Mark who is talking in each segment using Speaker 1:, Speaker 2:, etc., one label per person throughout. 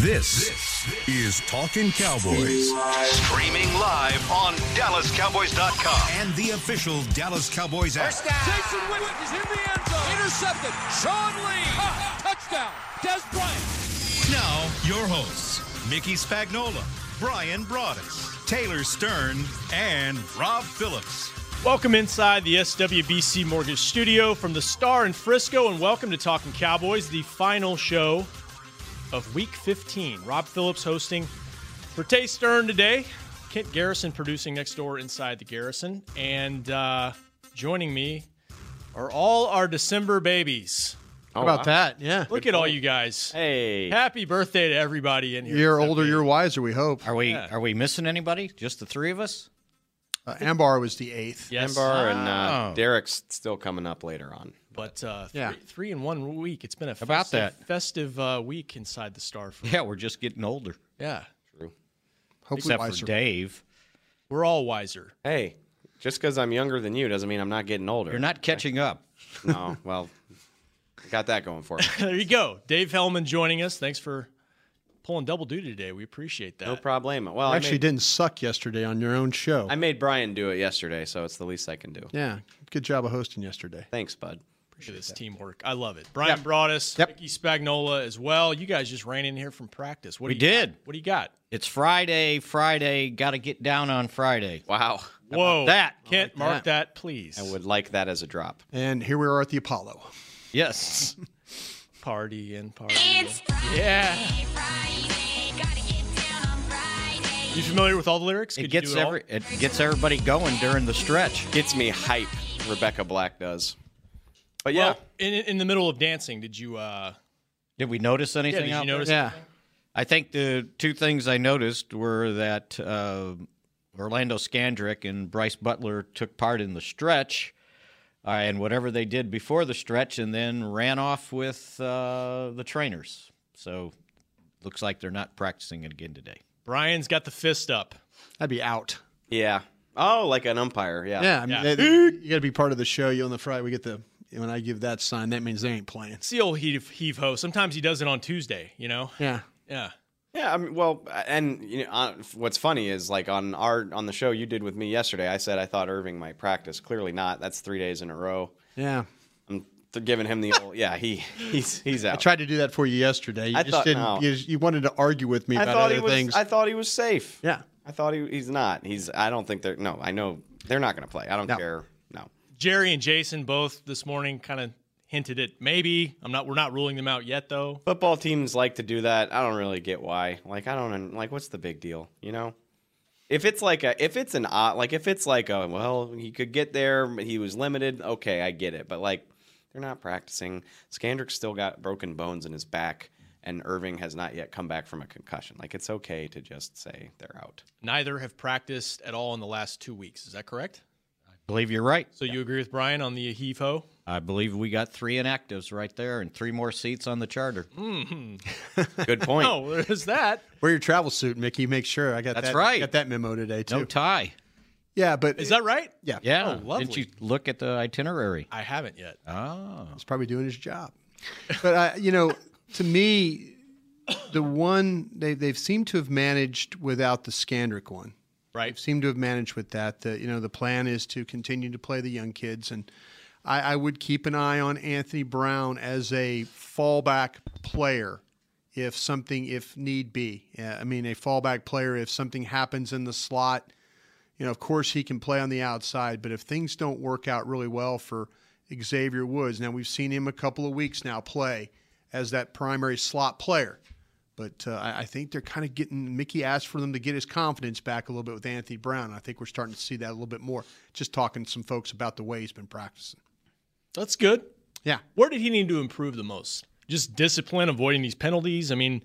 Speaker 1: This is Talking Cowboys.
Speaker 2: Streaming live on DallasCowboys.com.
Speaker 1: And the official Dallas Cowboys app.
Speaker 3: Jason Witten is in the end zone. Intercepted. Sean Lee. Touchdown. Des Bryant.
Speaker 1: Now, your hosts, Mickey Spagnola, Brian Broaddus, Taylor Stern, and Rob Phillips.
Speaker 4: Welcome inside the SWBC Mortgage Studio from the Star in Frisco, and welcome to Talking Cowboys, the final show of Week 15. Rob Phillips hosting Brate Stern today, Kent Garrison producing next door inside the Garrison, and uh, joining me are all our December babies.
Speaker 5: How about that? Yeah.
Speaker 4: Look at all you guys!
Speaker 6: Hey.
Speaker 4: Happy birthday to everybody in here.
Speaker 5: You're
Speaker 4: except
Speaker 5: older,
Speaker 4: me.
Speaker 5: you're wiser, we hope.
Speaker 6: Are we are we missing anybody? Just the three of us?
Speaker 5: Uh, Ambar was the eighth.
Speaker 4: Yes.
Speaker 7: Dunbar and
Speaker 6: Oh.
Speaker 7: uh, Derek's still coming up later on.
Speaker 4: But uh,
Speaker 5: Yeah.
Speaker 4: three, three in one week. It's been a festive,
Speaker 6: About that.
Speaker 4: festive uh, week inside the Star. For,
Speaker 6: Yeah, we're just getting older.
Speaker 4: yeah,
Speaker 5: Hopefully
Speaker 6: Except
Speaker 5: wiser.
Speaker 6: for Dave.
Speaker 4: we're all wiser.
Speaker 7: Hey, just because I'm younger than you doesn't mean I'm not getting older.
Speaker 6: You're not catching up.
Speaker 7: No, well, I got that going for me.
Speaker 4: There you go, Dave Hellman joining us. Thanks for pulling double duty today. We appreciate that.
Speaker 7: No problemo. Well,
Speaker 5: You
Speaker 7: I
Speaker 5: actually
Speaker 7: made,
Speaker 5: didn't suck yesterday on your own show.
Speaker 7: I made Brian do it yesterday, so it's the least I can do.
Speaker 5: yeah. Good job of hosting yesterday.
Speaker 7: Thanks, bud.
Speaker 4: Appreciate this teamwork. I love it. Brian Broaddus,
Speaker 5: Yep.
Speaker 4: Mickey Spagnola as well. You guys just ran in here from practice. What
Speaker 6: We
Speaker 4: do you got?
Speaker 6: did.
Speaker 4: What do you got?
Speaker 6: It's Friday, Friday, gotta get down on Friday.
Speaker 7: Wow.
Speaker 4: Whoa,
Speaker 6: that?
Speaker 4: Kent, mark that, please.
Speaker 7: I would like that as a drop.
Speaker 5: And here we are at the Apollo.
Speaker 6: Yes.
Speaker 4: party and party.
Speaker 8: It's Friday,
Speaker 4: yeah,
Speaker 8: Friday, gotta get down on Friday.
Speaker 4: you familiar with all the lyrics? Could
Speaker 6: it
Speaker 4: you
Speaker 6: gets
Speaker 4: do all?
Speaker 6: every it gets everybody going during the stretch.
Speaker 7: Gets me hype, Rebecca Black does. But yeah,
Speaker 4: Well, in, in the middle of dancing, did you? uh
Speaker 6: Did we notice
Speaker 4: Yeah,
Speaker 6: anything
Speaker 4: did you
Speaker 6: out there?
Speaker 4: notice?
Speaker 5: Yeah.
Speaker 6: I think the two things I noticed were that uh, Orlando Scandrick and Bryce Butler took part in the stretch uh, and whatever they did before the stretch, and then ran off with uh, the trainers. So looks like they're not practicing it again today.
Speaker 4: Brian's got the fist up.
Speaker 5: I'd be out.
Speaker 7: yeah. Oh, like an umpire. Yeah.
Speaker 5: Yeah. I mean,
Speaker 4: Yeah.
Speaker 5: they- you got to be part of the show. You on the Friday, we get the, when I give that sign, that means they ain't playing.
Speaker 4: It's the old heave, heave ho. Sometimes he does it on Tuesday, you know?
Speaker 5: Yeah.
Speaker 4: Yeah.
Speaker 7: Yeah, I mean, well, and you know, uh, what's funny is like on our on the show you did with me yesterday, I said I thought Irving might practice. Clearly not. That's three days in a row.
Speaker 5: Yeah.
Speaker 7: I'm th- giving him the old. Yeah, he he's he's out.
Speaker 5: I tried to do that for you yesterday. You
Speaker 7: I
Speaker 5: just
Speaker 7: thought-
Speaker 5: didn't,
Speaker 7: no.
Speaker 5: you, just- you wanted to argue with me
Speaker 7: I
Speaker 5: about
Speaker 7: thought
Speaker 5: other
Speaker 7: he was.
Speaker 5: things.
Speaker 7: I thought he was safe.
Speaker 5: yeah.
Speaker 7: I thought he he's not. He's. I don't think they're. No, I know they're not going to play. I don't
Speaker 5: No.
Speaker 7: care. No.
Speaker 4: Jerry and Jason both this morning kind of hinted at maybe. I'm not we're not ruling them out yet though.
Speaker 7: Football teams like to do that. I don't really get why. Like I don't like what's the big deal, you know? If it's like a if it's an odd like if it's like a well, he could get there, but he was limited, okay, I get it. But like they're not practicing. Skandrick's still got broken bones in his back and Irving has not yet come back from a concussion. Like it's okay to just say they're out.
Speaker 4: Neither have practiced at all in the last 2 weeks. Is that correct?
Speaker 6: I believe you're right.
Speaker 4: So you agree with Brian on the heave ho?
Speaker 6: I believe we got three inactives right there and three more seats on the charter.
Speaker 4: Mm-hmm.
Speaker 7: Good point.
Speaker 4: Oh, there's that.
Speaker 5: Wear your travel suit, Mickey. Make sure. I got
Speaker 6: That's
Speaker 5: that.
Speaker 6: right.
Speaker 5: Got that memo today, too.
Speaker 6: No tie.
Speaker 5: yeah. But
Speaker 4: Is that right?
Speaker 5: yeah.
Speaker 6: Yeah.
Speaker 4: Oh, lovely.
Speaker 6: Didn't you look at the itinerary?
Speaker 4: I haven't yet.
Speaker 6: Oh.
Speaker 5: He's probably doing his job. But I, you know, to me, the one they they've seemed to have managed without the Scandrick one.
Speaker 4: Right.
Speaker 5: Seem to have managed with that. The you know the plan is to continue to play the young kids, and I, I would keep an eye on Anthony Brown as a fallback player if something if need be. Yeah, I mean a fallback player if something happens in the slot. You know, of course he can play on the outside, but if things don't work out really well for Xavier Woods, now we've seen him a couple of weeks now play as that primary slot player. But uh, I, I think they're kind of getting Mickey asked for them to get his confidence back a little bit with Anthony Brown. I think we're starting to see that a little bit more. Just talking to some folks about the way he's been practicing.
Speaker 4: That's good.
Speaker 5: Yeah,
Speaker 4: Where did he need to improve the most? Just discipline, avoiding these penalties. I mean,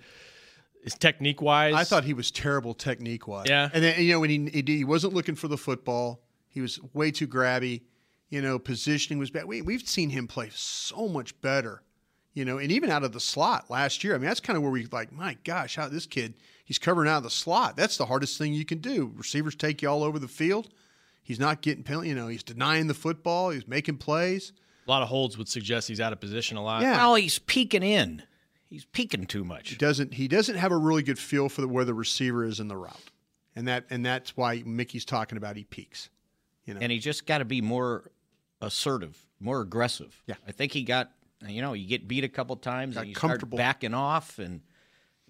Speaker 4: is technique wise?
Speaker 5: I thought he was terrible technique wise.
Speaker 4: Yeah.
Speaker 5: and then you know when he, he he wasn't looking for the football, he was way too grabby. You know, positioning was bad. We we've seen him play so much better. You know, and even out of the slot last year. I mean, that's kind of where we like, my gosh, how this kid he's covering out of the slot. That's the hardest thing you can do. Receivers take you all over the field. He's not getting penalty. You know, he's denying the football. He's making plays.
Speaker 4: a lot of holds would suggest he's out of position a lot.
Speaker 5: Yeah.
Speaker 6: Well, he's Uh, peeking in. He's peeking too much.
Speaker 5: doesn't he doesn't have a really good feel for the, where the receiver is in the route, and that and that's why Mickey's talking about he peaks.
Speaker 6: And he just got to be more assertive, more aggressive.
Speaker 5: Yeah.
Speaker 6: I think he got, you know, you get beat a couple times
Speaker 5: Got
Speaker 6: and you start
Speaker 5: comfortable.
Speaker 6: backing off, and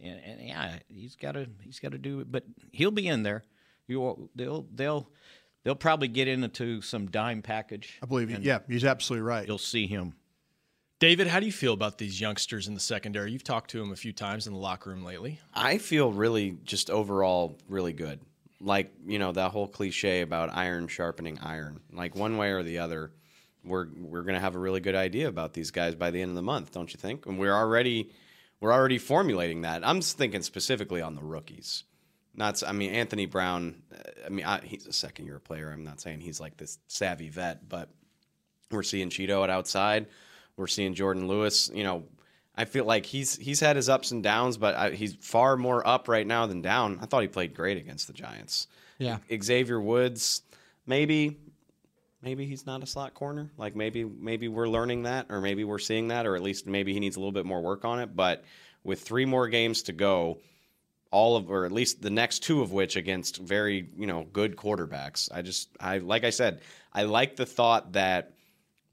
Speaker 6: and, and yeah, he's got to he's got to do it. But he'll be in there. You will- they'll they'll they'll probably get into some dime package.
Speaker 5: I believe, he, yeah, he's absolutely right.
Speaker 6: You'll see him.
Speaker 4: David, how do you feel about these youngsters in the secondary? You've talked to them a few times in the locker room lately.
Speaker 7: I feel really just overall really good. Like, you know, that whole cliche about iron sharpening iron. Like one way or the other, we're we're gonna have a really good idea about these guys by the end of the month, don't you think? And we're already we're already formulating that. I'm s- thinking specifically on the rookies. Not, s- I mean, Anthony Brown. uh, I mean, I, he's a second year player. I'm not saying he's like this savvy vet, but we're seeing Cheeto at outside. We're seeing Jordan Lewis. You know, I feel like he's he's had his ups and downs, but I, he's far more up right now than down. I thought he played great against the Giants.
Speaker 4: Yeah.
Speaker 7: Xavier Woods, maybe maybe he's not a slot corner. Like maybe maybe we're learning that, or maybe we're seeing that, or at least maybe he needs a little bit more work on it. But with three more games to go, all of or at least the next two of which against very you know good quarterbacks, I just I like I said I like the thought that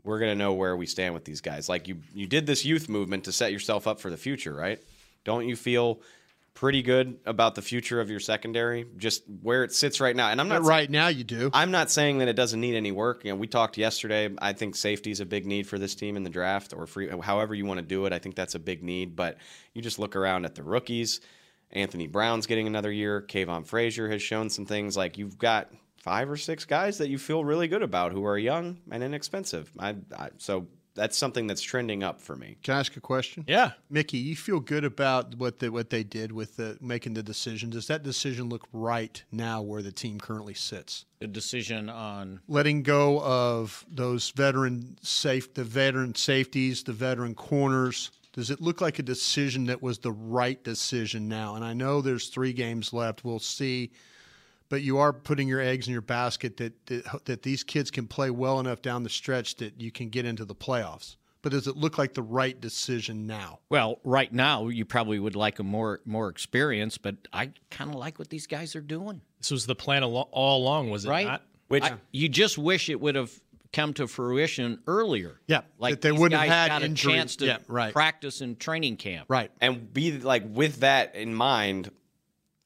Speaker 7: we're gonna know where we stand with these guys. Like you you did this youth movement to set yourself up for the future, right? Don't you feel? Pretty good about the future of your secondary, just where it sits right now. And I'm not
Speaker 5: But right now, you do.
Speaker 7: I'm not saying that it doesn't need any work. You know, we talked yesterday. I think safety is a big need for this team in the draft, or free, however you want to do it. I think that's a big need. But you just look around at the rookies. Anthony Brown's getting another year. Kayvon Frazier has shown some things. Like you've got five or six guys that you feel really good about who are young and inexpensive. I, I so that's something that's trending up for me.
Speaker 5: Can I ask a question?
Speaker 4: Yeah.
Speaker 5: Mickey, you feel good about what the, what they did with the, making the decision. Does that decision look right now where the team currently sits?
Speaker 6: The decision on
Speaker 5: Letting go of those veteran safe, the veteran safeties, the veteran corners. Does it look like a decision that was the right decision now? And I know there's three games left. We'll see. But you are putting your eggs in your basket that, that that these kids can play well enough down the stretch that you can get into the playoffs. But does it look like the right decision now?
Speaker 6: well, right now you probably would like a more more experience, but I kind of like what these guys are doing.
Speaker 4: This was the plan al- all along, was it
Speaker 6: right?
Speaker 4: not?
Speaker 6: Which you just wish it would have come to fruition earlier.
Speaker 5: Yeah,
Speaker 6: like
Speaker 5: that they
Speaker 6: these
Speaker 5: wouldn't have
Speaker 6: guys
Speaker 5: had
Speaker 6: got a
Speaker 5: injuries.
Speaker 6: chance to
Speaker 5: Yeah, right.
Speaker 6: practice in training camp.
Speaker 5: Right.
Speaker 7: and be like with that in mind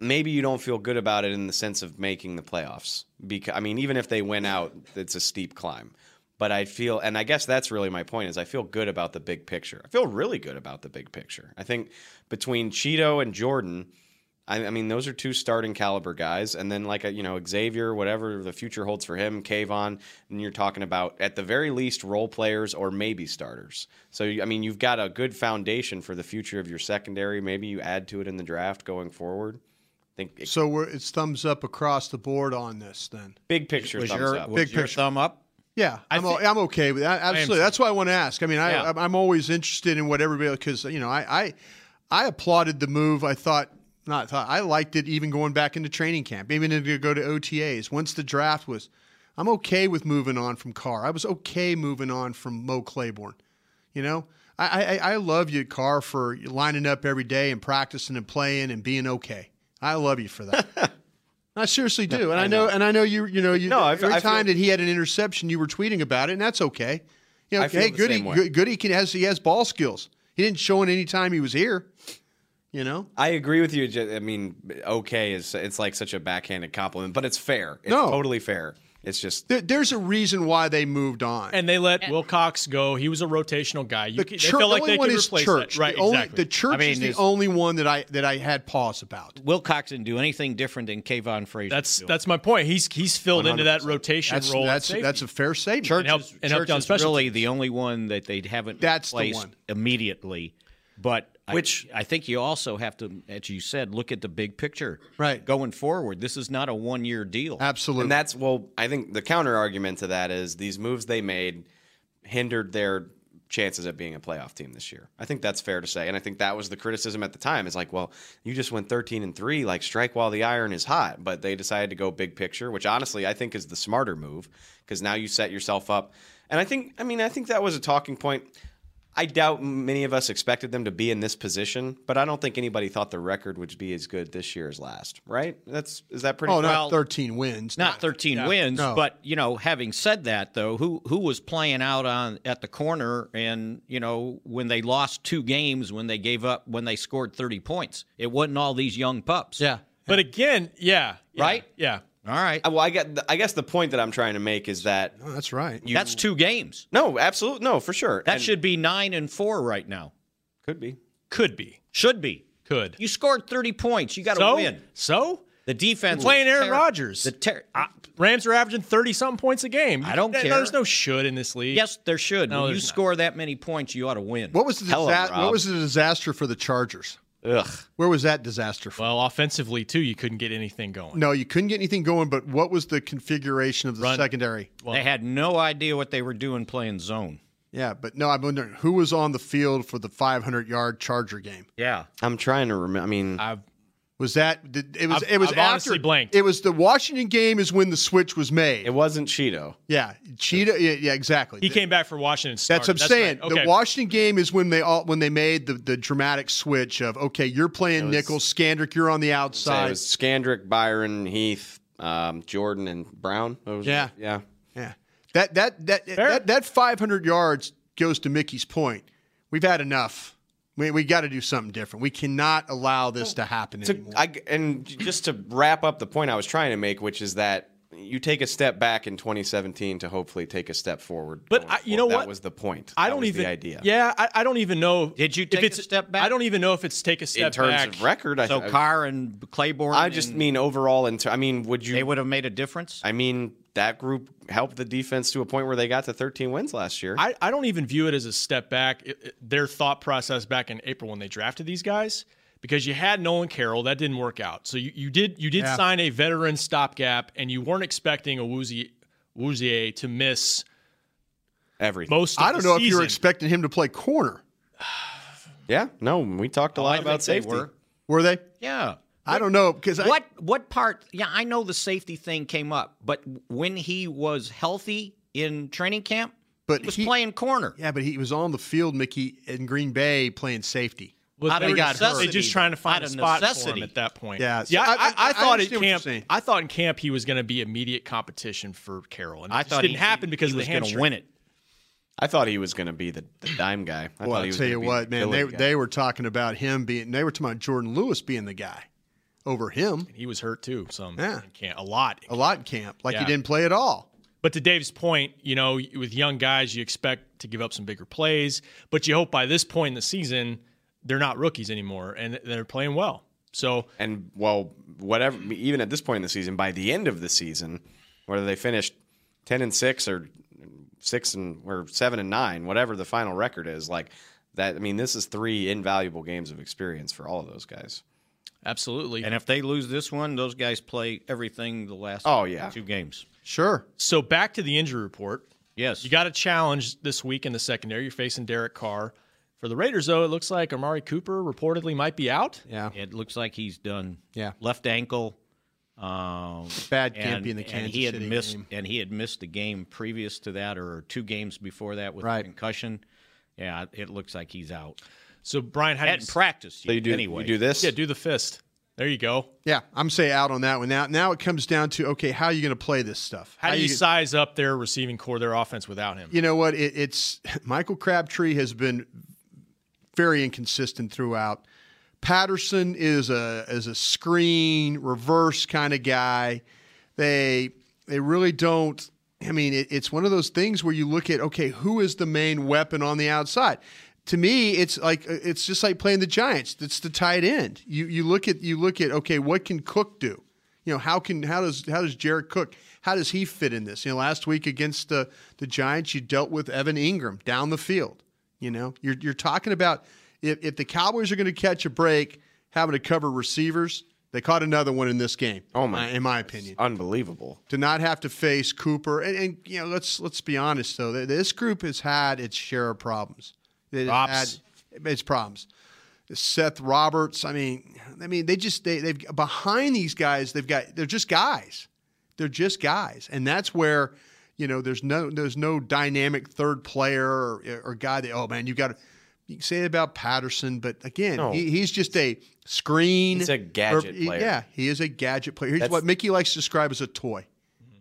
Speaker 7: maybe you don't feel good about it in the sense of making the playoffs because i mean even if they win out it's a steep climb but i feel and i guess that's really my point is i feel good about the big picture i feel really good about the big picture i think between cheeto and jordan I, I mean, those are two starting caliber guys, and then like a, you know Xavier, whatever the future holds for him, Kayvon, and you're talking about at the very least role players or maybe starters. So you- I mean, you've got a good foundation for the future of your secondary. Maybe you add to it in the draft going forward. I think it-
Speaker 5: So we're, it's thumbs up across the board on this then.
Speaker 7: big picture
Speaker 6: Was
Speaker 7: thumbs
Speaker 6: your,
Speaker 7: up.
Speaker 6: was
Speaker 5: Big
Speaker 6: your
Speaker 5: picture.
Speaker 6: thumb up?
Speaker 5: Yeah, I'm, o- I'm okay with that. Absolutely.
Speaker 4: too.
Speaker 5: That's why I want to ask. I mean, I,
Speaker 6: Yeah.
Speaker 5: I'm- I'm always interested in what everybody because you know I, I I applauded the move. I thought not thought I liked it even going back into training camp, even to go to OTAs. Once the draft was, I'm okay with moving on from Carr. I was okay moving on from Mo Claiborne. You know, I I, I love you, Carr, for lining up every day and practicing and playing and being okay. I love you for that. I seriously do, and I, know, and I know you. You know, you.
Speaker 7: No, I f-
Speaker 5: every
Speaker 7: I feel-
Speaker 5: time that he had an interception, you were tweeting about it, and that's okay. You know,
Speaker 7: I feel
Speaker 5: hey,
Speaker 7: the
Speaker 5: Goody,
Speaker 7: same way.
Speaker 5: Go- Goody can, has he has ball skills. He didn't show it any time he was here. You know,
Speaker 7: I agree with you. J- I mean, okay is it's like such a backhanded compliment, but it's fair. It's
Speaker 5: No.
Speaker 7: totally fair. It's just
Speaker 5: there, there's a reason why they moved on.
Speaker 4: And they let Wilcox go. He was a rotational guy. You, could- they
Speaker 5: chur-
Speaker 4: felt like
Speaker 5: only
Speaker 4: they
Speaker 5: one
Speaker 4: could
Speaker 5: is
Speaker 4: replace
Speaker 5: church.
Speaker 4: that. Right,
Speaker 5: the only,
Speaker 4: exactly.
Speaker 5: The church
Speaker 6: I mean,
Speaker 5: is the
Speaker 6: it's-
Speaker 5: only one that I that I had pause about.
Speaker 6: Wilcox didn't do anything different than Kayvon Frazier.
Speaker 4: that's that's my point. He's he's filled into that rotation
Speaker 5: That's
Speaker 4: role. at
Speaker 5: that's
Speaker 4: safety.
Speaker 5: that's a fair statement.
Speaker 6: Church,
Speaker 4: help-
Speaker 6: is,
Speaker 4: and help
Speaker 6: Church
Speaker 4: down
Speaker 6: is
Speaker 4: special
Speaker 6: really the only one that they haven't
Speaker 5: That's the
Speaker 6: placed
Speaker 5: one.
Speaker 6: immediately. But
Speaker 7: Which-
Speaker 6: I, I think you also have to, as you said, look at the big picture.
Speaker 5: Right.
Speaker 6: Going forward, this is not a one year deal.
Speaker 5: Absolutely.
Speaker 7: And that's well, I think the counter argument to that is these moves they made hindered their chances of being a playoff team this year. I think that's fair to say, and I think that was the criticism at the time. It's like, well, you just went thirteen and three, like strike while the iron is hot. But they decided to go big picture, which honestly I think is the smarter move because now you set yourself up. And I think, I mean, I think that was a talking point. I doubt many of us expected them to be in this position, but I don't think anybody thought the record would be as good this year as last, right? That's is that pretty
Speaker 5: Oh, not Oh.
Speaker 6: Well-
Speaker 5: 13 wins.
Speaker 6: not 13 wins,
Speaker 5: No.
Speaker 6: but you know, having said that though, who who was playing out on at the corner and you know when they lost two games when they gave up when they scored 30 points, it wasn't all these young pups.
Speaker 4: Yeah. But again, yeah. yeah,
Speaker 6: Right?
Speaker 4: Yeah.
Speaker 6: All right,
Speaker 7: Uh, Well, I get I guess the point that I'm trying to make is that
Speaker 5: Oh, that's right.
Speaker 6: that's two games.
Speaker 7: no, absolutely no, for sure.
Speaker 6: That
Speaker 7: And-
Speaker 6: should be nine and four right now.
Speaker 7: could be.
Speaker 4: Could be.
Speaker 6: Should be.
Speaker 4: Could.
Speaker 6: You scored 30 points. You got to
Speaker 4: so,
Speaker 6: win.
Speaker 4: so
Speaker 6: The defense
Speaker 4: playing
Speaker 6: was
Speaker 4: Aaron
Speaker 6: terri-
Speaker 4: Rodgers.
Speaker 6: The ter-
Speaker 4: I- Rams are averaging 30 something points a game.
Speaker 6: I don't
Speaker 4: There-
Speaker 6: care.
Speaker 4: There's no should in this league.
Speaker 6: yes, there should.
Speaker 4: No,
Speaker 6: when you
Speaker 4: there's not.
Speaker 6: score that many points, you ought to win.
Speaker 5: What was the
Speaker 7: Hello,
Speaker 5: disa-
Speaker 7: Rob.
Speaker 5: what was the disaster for the Chargers?
Speaker 7: Ugh.
Speaker 5: Where was that disaster from?
Speaker 4: Well, offensively, too, you couldn't get anything going.
Speaker 5: no, you couldn't get anything going. But what was the configuration of the secondary?
Speaker 6: they had no idea what they were doing playing zone.
Speaker 5: Yeah, but no, I'm wondering who was on the field for the 500 yard Charger game.
Speaker 6: Yeah.
Speaker 7: I'm trying to remember. I mean,
Speaker 4: I've,
Speaker 5: Was that did- it? Was
Speaker 4: I've-
Speaker 5: it was
Speaker 4: I've
Speaker 5: after
Speaker 4: honestly blanked.
Speaker 5: It was the Washington game is when the switch was made.
Speaker 7: it wasn't Cheeto.
Speaker 5: yeah, Cheetah. Yeah, yeah exactly.
Speaker 4: he came back for Washington. and
Speaker 5: That's what I'm
Speaker 4: started.
Speaker 5: saying.
Speaker 4: right.
Speaker 5: The Washington game is when they all when they made the, the dramatic switch of okay, you're playing nickel, Skandrick, you're on the
Speaker 7: So it
Speaker 5: outside.
Speaker 7: was Skandrick, Byron, Heath, um, Jordan, and Brown. It was-
Speaker 5: Yeah.
Speaker 7: yeah.
Speaker 5: yeah, that that that that, that 500 yards goes to Mickey's point. We've had enough. We we got to do something different. We cannot allow this to happen
Speaker 7: to-
Speaker 5: anymore.
Speaker 7: I, and just to wrap up the point I was trying to make, which is that you take a step back in 2017 to hopefully take a step forward.
Speaker 4: But
Speaker 7: going
Speaker 4: I- you know
Speaker 7: forward.
Speaker 4: what?
Speaker 7: That was the point.
Speaker 4: I
Speaker 7: That
Speaker 4: don't
Speaker 7: was
Speaker 4: even
Speaker 7: the idea.
Speaker 4: Yeah, I, I don't even know.
Speaker 6: Did you
Speaker 4: if
Speaker 6: take a
Speaker 4: it's-
Speaker 6: step back?
Speaker 4: I don't even know if it's take a step
Speaker 7: in terms
Speaker 4: back.
Speaker 7: of record, I,
Speaker 6: So
Speaker 7: I-
Speaker 6: Carr and Claiborne.
Speaker 7: I just
Speaker 6: and-
Speaker 7: mean overall. In ter- I mean, would you?
Speaker 6: they would have made a difference.
Speaker 7: I mean, that group helped the defense to a point where they got to 13 wins last year.
Speaker 4: I, I don't even view it as a step back. It- it- their thought process back in April when they drafted these guys, because you had Nolan Carroll, that didn't work out. So you, you did you did sign a veteran stopgap, and you weren't expecting a Woozy Woozier to miss
Speaker 7: Everything.
Speaker 4: most. Of
Speaker 5: I don't
Speaker 4: the
Speaker 5: know if you were
Speaker 4: season.
Speaker 5: expecting him to play corner.
Speaker 7: yeah. No, we talked a lot about safety.
Speaker 5: Were they?
Speaker 6: Yeah.
Speaker 5: I don't know because
Speaker 6: What what part? Yeah, I know the safety thing came up, but when he was healthy in training camp,
Speaker 5: But
Speaker 6: he was
Speaker 5: he-
Speaker 6: playing corner.
Speaker 5: Yeah, but he was on the field, Mickey, in Green Bay playing safety.
Speaker 4: But
Speaker 6: Out
Speaker 4: they
Speaker 6: of
Speaker 4: were just-
Speaker 6: necessity.
Speaker 4: They just trying to find
Speaker 6: Out
Speaker 4: a
Speaker 6: of
Speaker 4: spot for
Speaker 6: necessity.
Speaker 4: him at that point.
Speaker 5: Yeah, so
Speaker 4: yeah. I,
Speaker 5: I-
Speaker 4: I,
Speaker 5: I-
Speaker 4: I
Speaker 5: I
Speaker 4: thought at
Speaker 5: understand what you're
Speaker 4: camp,
Speaker 5: saying.
Speaker 4: I thought in camp he was going to be immediate competition for Carroll, and it
Speaker 6: I
Speaker 4: just
Speaker 6: thought
Speaker 4: didn't
Speaker 6: he,
Speaker 4: happen because
Speaker 6: he
Speaker 4: of
Speaker 6: was
Speaker 4: the
Speaker 6: gonna
Speaker 4: hamstring.
Speaker 6: win it.
Speaker 7: I thought he was going to be the, the dime guy. I
Speaker 5: Well,
Speaker 7: thought
Speaker 5: I'll
Speaker 7: he was
Speaker 5: tell
Speaker 7: gonna
Speaker 5: you
Speaker 7: be
Speaker 5: what,
Speaker 7: the
Speaker 5: man, they
Speaker 7: Philly guy.
Speaker 5: they were talking about him being. They were talking about Jordan Lewis being the guy over him
Speaker 4: He was hurt too. Some
Speaker 5: Yeah.
Speaker 4: in camp, a lot. in
Speaker 5: a lot in camp, like
Speaker 4: Yeah.
Speaker 5: he didn't play at all.
Speaker 4: But to Dave's point, you know, with young guys, you expect to give up some bigger plays, but you hope by this point in the season, they're not rookies anymore and they're playing well. So
Speaker 7: and well, whatever. Even at this point in the season, by the end of the season, whether they finished ten and six or six and or seven and nine, whatever the final record is, like that. I mean, this is three invaluable games of experience for all of those guys.
Speaker 4: absolutely.
Speaker 6: And if they lose this one, those guys play everything the last
Speaker 7: Oh, yeah.
Speaker 6: two games.
Speaker 5: Sure,
Speaker 4: so back to the injury report.
Speaker 6: Yes.
Speaker 4: You got a challenge this week in the secondary. You're facing Derek Carr. For the Raiders, though, it looks like Amari Cooper reportedly might be out.
Speaker 5: yeah,
Speaker 6: it looks like he's done.
Speaker 5: Yeah.
Speaker 6: Left ankle. Um,
Speaker 5: bad
Speaker 6: and,
Speaker 5: can't be in the
Speaker 6: and
Speaker 5: Kansas
Speaker 6: he had
Speaker 5: City
Speaker 6: missed,
Speaker 5: game.
Speaker 6: and he had missed the game previous to that, or two games before that with
Speaker 5: Right.
Speaker 6: concussion. Yeah, it looks like he's out.
Speaker 4: So Brian, how do you
Speaker 6: Hadn't practiced
Speaker 7: So you do
Speaker 6: anyway.
Speaker 7: you do this.
Speaker 4: yeah, do the fist? There you go.
Speaker 5: Yeah, I'm say out on that one. Now, now it comes down to okay, how are you going to play this stuff?
Speaker 4: How, do you, size up their receiving core, their offense without him?
Speaker 5: you know what? It, it's Michael Crabtree has been very inconsistent throughout. Patterson is a is a screen reverse kind of guy. They they really don't. I mean, it, it's one of those things where you look at okay, who is the main weapon on the outside? To me, it's like it's just like playing the Giants. It's the tight end. You you look at you look at okay, what can Cook do? You know, how can how does how does Jared Cook how does he fit in this? You know, last week against the the Giants, you dealt with Evan Ingram down the field. You know, you're you're talking about if, if the Cowboys are going to catch a break, having to cover receivers, they caught another one in this game.
Speaker 7: Oh, my
Speaker 5: In my opinion,
Speaker 7: Unbelievable.
Speaker 5: to not have to face Cooper, and, and you know, let's let's be honest though, th- this group has had its share of problems. It has
Speaker 4: Props.
Speaker 5: had its problems. Seth Roberts. I mean, I mean, they just they they've behind these guys. They've got they're just guys. They're just guys, and that's where You know, there's no there's no dynamic third player or, or guy that oh man you got to. You can say it about Patterson, but again,
Speaker 7: No.
Speaker 5: he, he's just a screen.
Speaker 7: He's a gadget
Speaker 5: he-
Speaker 7: player.
Speaker 5: Yeah, he is a gadget player. He's
Speaker 7: That's-
Speaker 5: what Mickey likes to describe as a toy.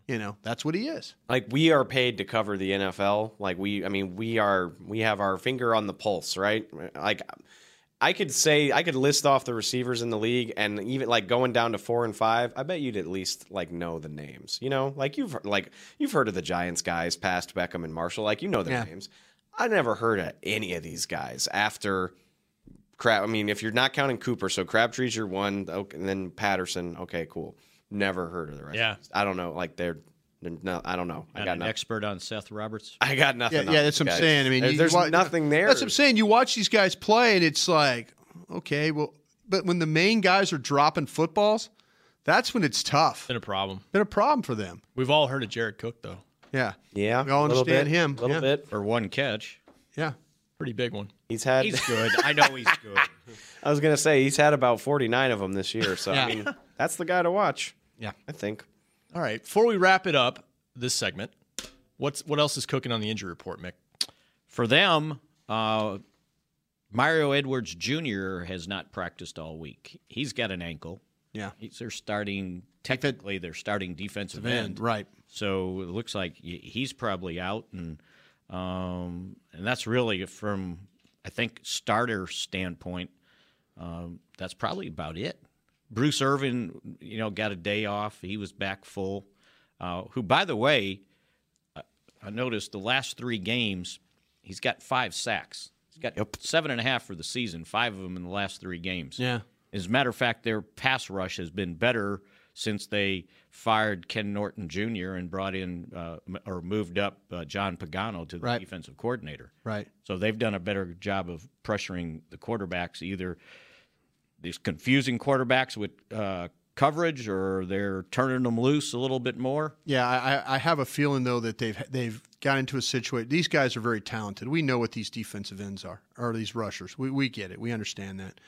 Speaker 5: You know, that's what he is.
Speaker 7: like we are paid to cover the NFL. Like we, I mean, we are we have our finger on the pulse, right? Like I could say I could list off the receivers in the league, and even like going down to four and five, I bet you'd at least like know the names. You know, like you've like you've heard of the Giants guys past Beckham and Marshall, like you know their
Speaker 5: Yeah.
Speaker 7: names. I never heard of any of these guys after Crab. I mean, if you're not counting Cooper, so Crabtree's your one, okay, and then Patterson. Okay, cool. Never heard of the rest.
Speaker 4: Yeah.
Speaker 7: of these. I don't know. Like they're, they're no, I don't know. I
Speaker 6: Not
Speaker 7: got
Speaker 6: an
Speaker 7: nothing.
Speaker 6: expert on Seth Roberts.
Speaker 7: I got
Speaker 5: Yeah,
Speaker 7: nothing.
Speaker 5: yeah,
Speaker 7: on
Speaker 5: that's
Speaker 7: these
Speaker 5: what I'm
Speaker 7: guys.
Speaker 5: saying. I mean,
Speaker 7: There-
Speaker 5: you-
Speaker 7: there's
Speaker 5: wa-
Speaker 7: nothing there.
Speaker 5: That's what I'm saying. You watch these guys play, and it's like, okay, well, but when the main guys are dropping footballs, that's when it's tough.
Speaker 4: Been a problem.
Speaker 5: Been a problem for them.
Speaker 4: We've all heard of Jared Cook though.
Speaker 5: Yeah,
Speaker 7: Yeah,
Speaker 5: We all
Speaker 7: a little
Speaker 5: understand
Speaker 7: bit,
Speaker 5: him.
Speaker 7: A little
Speaker 5: Yeah.
Speaker 7: bit.
Speaker 6: For one catch.
Speaker 5: yeah.
Speaker 4: Pretty big one.
Speaker 7: He's had.
Speaker 6: He's good. I know he's good.
Speaker 7: I was gonna say he's had about 49 of them this year. So I mean, that's the guy to watch.
Speaker 6: Yeah.
Speaker 7: I think.
Speaker 4: All right. Before we wrap it up, this segment. What's what else is cooking on the injury report, Mick?
Speaker 6: For them, uh, Mario Edwards Jr. has not practiced all week. He's got an ankle.
Speaker 5: Yeah.
Speaker 6: He's, they're starting, technically, they're starting defensive end.
Speaker 5: Right.
Speaker 6: So it looks like y- he's probably out, and um, and that's really from I think starter standpoint. Um, that's probably about it. Bruce Irvin, you know, got a day off. He was back full. Uh, who, by the way, I, I noticed the last three games he's got five sacks. He's got seven and a half for the season. Five of them in the last three games.
Speaker 5: Yeah.
Speaker 6: As a matter of fact, their pass rush has been better since they fired Ken Norton Jr. and brought in uh, m- or moved up uh, John Pagano to the
Speaker 5: Right.
Speaker 6: defensive coordinator.
Speaker 5: Right.
Speaker 6: So they've done a better job of pressuring the quarterbacks, either these confusing quarterbacks with uh, coverage or they're turning them loose a little bit more.
Speaker 5: Yeah, I, I- I have a feeling though that they've they've got into a situation. These guys are very talented. We know what these defensive ends are, or these rushers. We we get it. We understand that.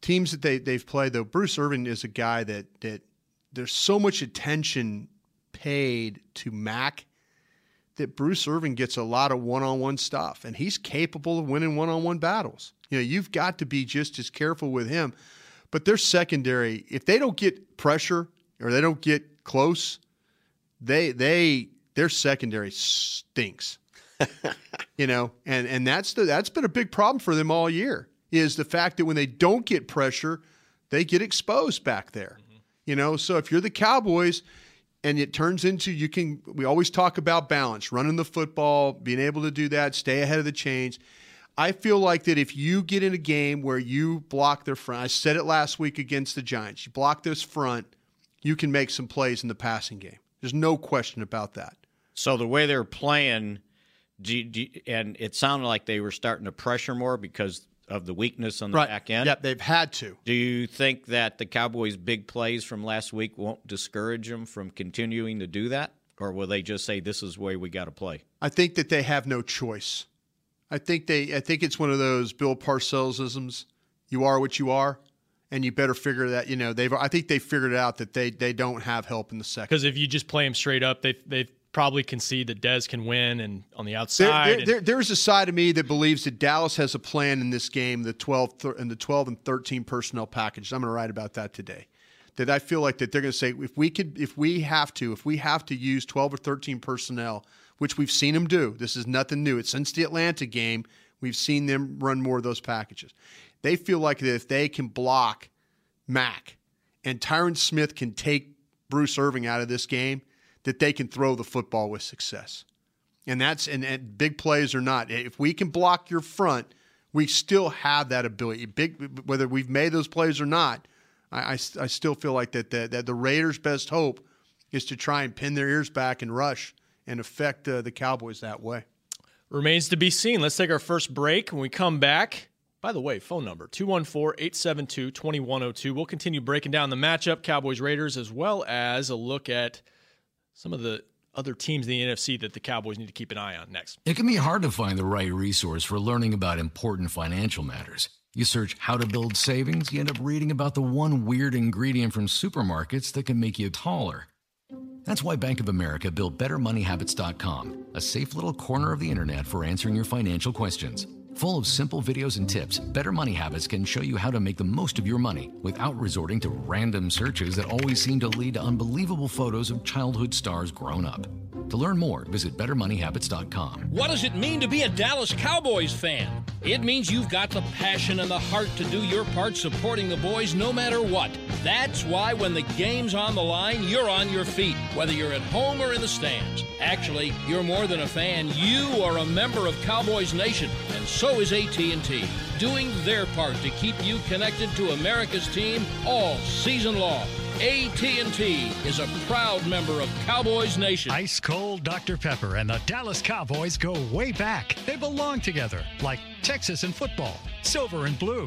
Speaker 5: Teams that they they've played though, Bruce Irvin is a guy that that there's so much attention paid to Mac that Bruce Irvin gets a lot of one-on-one stuff, and he's capable of winning one-on-one battles. You know, you've got to be just as careful with him. But their secondary, if they don't get pressure or they don't get close, they they their secondary stinks. you know, and and that's the that's been a big problem for them all year is the fact that when they don't get pressure, they get exposed back there. You know, so if you're the Cowboys and it turns into you can we always talk about balance, running the football, being able to do that, stay ahead of the chains. I feel like that if you get in a game where you block their front, I said it last week against the Giants, you block this front, you can make some plays in the passing game. There's no question about that.
Speaker 6: So the way they're playing, do, do, and it sounded like they were starting to pressure more because of the weakness on the back end.
Speaker 5: Yep, they've had to.
Speaker 6: Do you think that the Cowboys' big plays from last week won't discourage them from continuing to do that? Or will they just say, this is the way we got to play?
Speaker 5: I think that they have no choice. I think they I think it's one of those Bill Parcellsisms. You are what you are, and you better figure that, you know, they've I think they figured out that they they don't have help in the second.
Speaker 4: Because if you just play him straight up, they they probably concede that Dez can win and on the
Speaker 5: There-
Speaker 4: outside.
Speaker 5: there-
Speaker 4: and-
Speaker 5: there- there's a side of me that believes that Dallas has a plan in this game, the 12 thir- and the 12 and 13 personnel package. I'm going to write about that today. That I feel like that they're going to say if we could, if we have to, if we have to use 12 or 13 personnel, which we've seen them do. This is nothing new. It's since the Atlanta game we've seen them run more of those packages. They feel like that if they can block Mac and Tyron Smith can take Bruce Irving out of this game, that they can throw the football with success. And that's and, and big plays or not. If we can block your front, we still have that ability. Big whether we've made those plays or not, I, I s- I still feel like that, that that the Raiders' best hope is to try and pin their ears back and rush and affect uh, the Cowboys that way.
Speaker 4: Remains to be seen. Let's take our first break. When we come back, by the way, phone number 214 872 2102. We'll continue breaking down the matchup, Cowboys Raiders, as well as a look at some of the other teams in the NFC that the Cowboys need to keep an eye on next.
Speaker 9: It can be hard to find the right resource for learning about important financial matters. You search how to build savings, you end up reading about the one weird ingredient from supermarkets that can make you taller. That's why Bank of America built BetterMoneyHabits.com, a safe little corner of the internet for answering your financial questions. Full of simple videos and tips, Better Money Habits can show you how to make the most of your money without resorting to random searches that always seem to lead to unbelievable photos of childhood stars grown up. To learn more, visit BetterMoneyHabits.com.
Speaker 10: What does it mean to be a Dallas Cowboys fan? It means you've got the passion and the heart to do your part supporting the boys no matter what. That's why when the game's on the line, you're on your feet, whether you're at home or in the stands. Actually, you're more than a fan, you are a member of Cowboys Nation, and so is AT&T, doing their part to keep you connected to America's team all season long. AT&T is a proud member of Cowboys Nation.
Speaker 11: Ice Cold Dr. Pepper and the Dallas Cowboys go way back. They belong together, like Texas and football, silver and blue,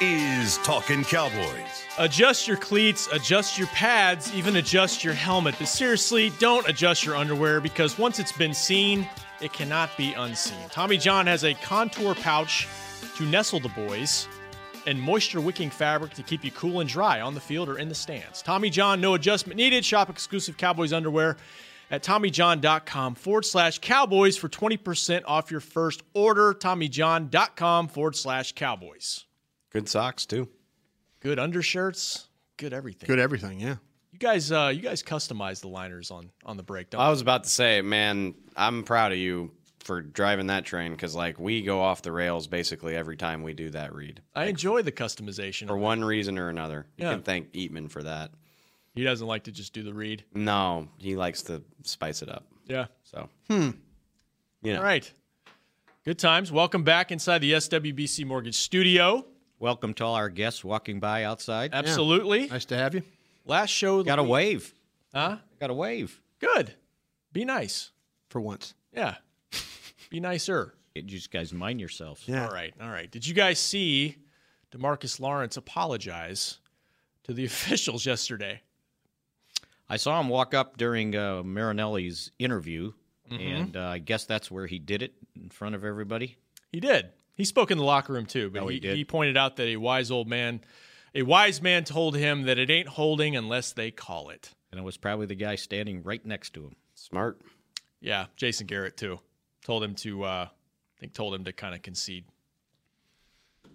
Speaker 2: is Talking Cowboys.
Speaker 4: Adjust your cleats, adjust your pads, even adjust your helmet. But seriously, don't adjust your underwear because once it's been seen, it cannot be unseen. Tommy John has a contour pouch to nestle the boys and moisture wicking fabric to keep you cool and dry on the field or in the stands. Tommy John, no adjustment needed. Shop exclusive Cowboys underwear at TommyJohn.com forward slash Cowboys for 20% off your first order. TommyJohn.com forward slash Cowboys.
Speaker 7: Good socks too.
Speaker 4: Good undershirts, good everything.
Speaker 5: Good everything, yeah.
Speaker 4: You guys, uh, you guys customize the liners on on the break. Don't
Speaker 7: I was about to say, man, I'm proud of you for driving that train because like we go off the rails basically every time we do that read
Speaker 4: I enjoy the customization.
Speaker 7: for one reason or another. You
Speaker 4: Yeah.
Speaker 7: can thank Eatman for that.
Speaker 4: He doesn't like to just do the read.
Speaker 7: No, he likes to spice it up.
Speaker 4: Yeah.
Speaker 7: So
Speaker 4: All right. Good times. Welcome back inside the SWBC Mortgage Studio.
Speaker 6: Welcome to all our guests walking by outside.
Speaker 4: Absolutely.
Speaker 5: Nice to have you.
Speaker 4: Last show. of the
Speaker 6: Got a
Speaker 4: week.
Speaker 6: wave.
Speaker 4: Huh?
Speaker 6: Got a wave.
Speaker 4: Good. Be nice.
Speaker 5: For once.
Speaker 4: Yeah. Be nicer.
Speaker 6: You just guys mind yourselves.
Speaker 5: Yeah.
Speaker 4: All right. All right. Did you guys see Demarcus Lawrence apologize to the officials yesterday?
Speaker 6: I saw him walk up during uh, Marinelli's interview,
Speaker 4: Mm-hmm.
Speaker 6: and uh, I guess that's where he did it in front of everybody.
Speaker 4: He did. He spoke in the locker room too, but
Speaker 6: Oh,
Speaker 4: he,
Speaker 6: he did?
Speaker 4: he pointed out that a wise old man, a wise man told him that it ain't holding unless they call it.
Speaker 6: And it was probably the guy standing right next to him.
Speaker 7: smart.
Speaker 4: Yeah, Jason Garrett too. Told him to uh I think told him to kind of concede.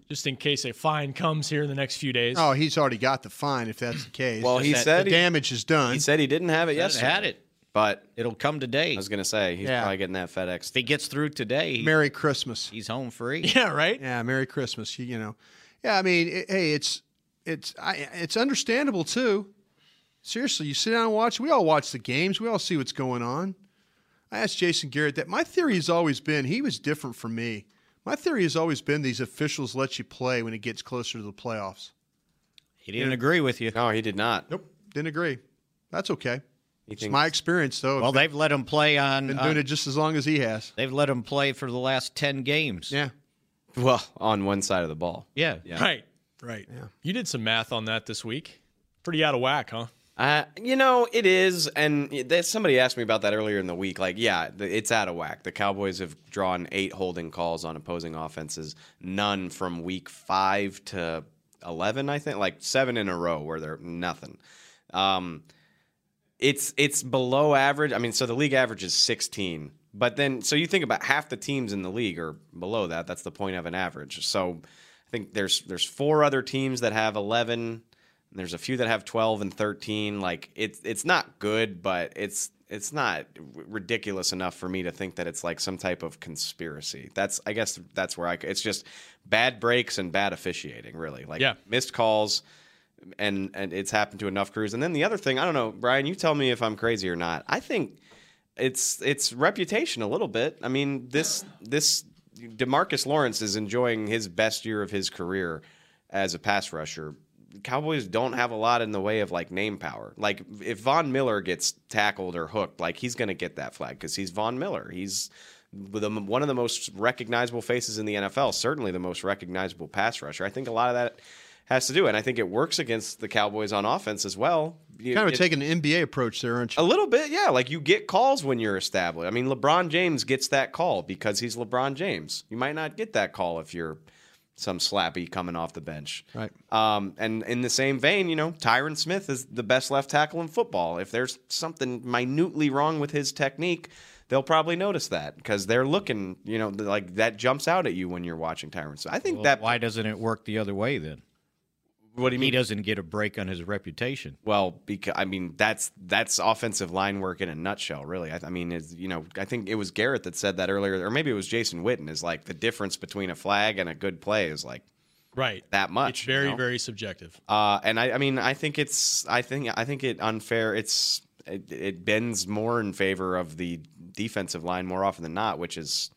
Speaker 4: Just in case a fine comes here in the next few days.
Speaker 5: Oh, he's already got the fine if that's the case.
Speaker 7: Well, he
Speaker 5: That-
Speaker 7: said
Speaker 5: the
Speaker 7: he-
Speaker 5: damage is done.
Speaker 7: He said he didn't have it yesterday.
Speaker 6: had it.
Speaker 7: But
Speaker 6: It'll come today.
Speaker 7: I was
Speaker 6: If
Speaker 7: gonna say he's
Speaker 5: Yeah.
Speaker 7: probably getting that FedEx.
Speaker 6: he gets through today, he-
Speaker 5: Merry Christmas.
Speaker 6: he's home free.
Speaker 4: yeah, right?
Speaker 5: Yeah, Merry Christmas. You, you know, yeah. I mean, it- hey, it's it's I, it's understandable too. Seriously, you sit down and watch. We all watch the games. We all see what's going on. I asked Jason Garrett that. My theory has always been he was different from me. My theory has always been these officials let you play when it gets closer to the playoffs.
Speaker 6: He didn't agree with you.
Speaker 7: No, he did not.
Speaker 5: Nope, didn't agree. That's okay.
Speaker 7: He
Speaker 5: It's
Speaker 7: thinks-
Speaker 5: my experience though.
Speaker 6: Well,
Speaker 5: Well,
Speaker 6: they've let him play on.
Speaker 5: been
Speaker 6: on-
Speaker 5: doing it just as long as he has.
Speaker 6: They've let him play for the last ten games.
Speaker 5: Yeah.
Speaker 7: well on one side of the ball.
Speaker 6: yeah.
Speaker 4: Right. Right. You did some math on that this week. Pretty out of whack, huh?
Speaker 7: Uh, you know, it is, and that somebody asked me about that earlier in the week. Like, yeah, th- it's out of whack. The Cowboys have drawn eight holding calls on opposing offenses, none from week five to eleven, I think, like seven in a row where they're nothing. Um, it's it's below average. I mean, so the league average is sixteen, but then so you think about half the teams in the league are below that. That's the point of an average. So I think there's there's four other teams that have eleven there's a few that have 12 and 13. Like it's it's not good, but it's it's not r- ridiculous enough for me to think that it's like some type of conspiracy. That's I guess that's where I. c- It's just bad breaks and bad officiating, really. Like
Speaker 4: Yeah.
Speaker 7: missed calls, and and it's happened to enough crews. And then the other thing, I don't know, Brian. You tell me if I'm crazy or not. I think it's it's reputation a little bit. I mean this this Demarcus Lawrence is enjoying his best year of his career as a pass rusher. Cowboys don't have a lot in the way of like name power. Like if Von Miller gets tackled or hooked, like he's going to get that flag because he's Von Miller. He's the, one of the most recognizable faces in the NFL. Certainly the most recognizable pass rusher. I think a lot of that has to do, and I think it works against the Cowboys on offense as well. You-
Speaker 5: Kind of
Speaker 7: it-
Speaker 5: taking an NBA approach there, aren't you?
Speaker 7: a little bit, yeah. Like you get calls when you're established. I mean, LeBron James gets that call because he's LeBron James. You might not get that call if you're some slappy coming off the bench.
Speaker 5: Right.
Speaker 7: Um, and in the same vein, you know, Tyron Smith is the best left tackle in football. If there's something minutely wrong with his technique, they'll probably notice that because they're looking, you know, like that jumps out at you when you're watching Tyron Smith. I think
Speaker 6: Well,
Speaker 7: that.
Speaker 6: why doesn't it work the other way then?
Speaker 7: What do you
Speaker 6: He
Speaker 7: mean?
Speaker 6: doesn't get a break on his reputation.
Speaker 7: Well, because I mean that's that's offensive line work in a nutshell, really. I, I mean, is you know, I think it was Garrett that said that earlier, or maybe it was Jason Witten. Is like the difference between a flag and a good play is like
Speaker 4: Right.
Speaker 7: that much.
Speaker 4: It's very,
Speaker 7: you know?
Speaker 4: very subjective.
Speaker 7: Uh, and I, I mean, I think it's, I think, I think it unfair. It's, it, it bends more in favor of the defensive line more often than not, which is,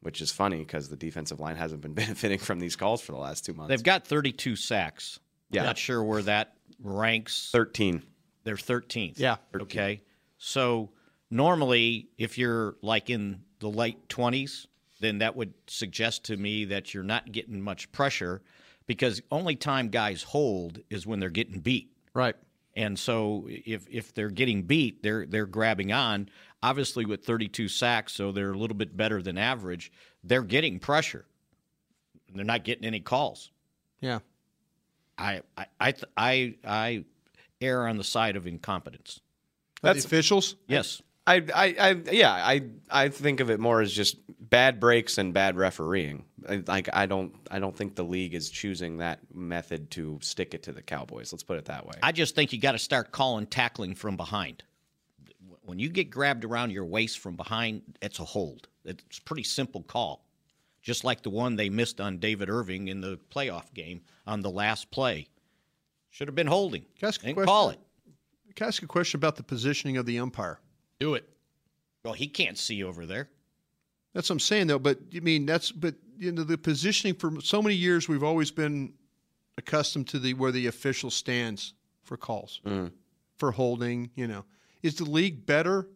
Speaker 7: which is funny because the defensive line hasn't been benefiting from these calls for the last two months.
Speaker 6: They've got 32 sacks.
Speaker 7: Yeah.
Speaker 6: Not sure where that ranks.
Speaker 7: 13.
Speaker 6: They're 13th.
Speaker 5: Yeah.
Speaker 6: Okay. So normally, if you're like in the late 20s, then that would suggest to me that you're not getting much pressure because only time guys hold is when they're getting beat.
Speaker 5: Right.
Speaker 6: And so if if they're getting beat, they're they're grabbing on. Obviously with 32 sacks, so they're a little bit better than average. They're getting pressure. They're not getting any calls.
Speaker 5: Yeah.
Speaker 6: I I I th- I, I err on the side of incompetence.
Speaker 5: That's officials.
Speaker 6: Yes.
Speaker 7: I, I, I, yeah, I, I think of it more as just bad breaks and bad refereeing. I- Like I don't, I don't think the league is choosing that method to stick it to the Cowboys. Let's put it that way.
Speaker 6: I just think you got to start calling tackling from behind. When you get grabbed around your waist from behind, it's a hold. It's a pretty simple call. Just like the one they missed on David Irving in the playoff game on the last play. Should have been holding.
Speaker 5: Can I ask a
Speaker 6: Didn't
Speaker 5: question?
Speaker 6: call it.
Speaker 5: Can I ask a question about the positioning of the umpire?
Speaker 4: Do it.
Speaker 6: Well, he can't see over there.
Speaker 5: That's what I'm saying though. But you mean that's but you know the positioning for so many years we've always been accustomed to the where the official stands for calls
Speaker 6: Mm-hmm.
Speaker 5: for holding. You know, is the league better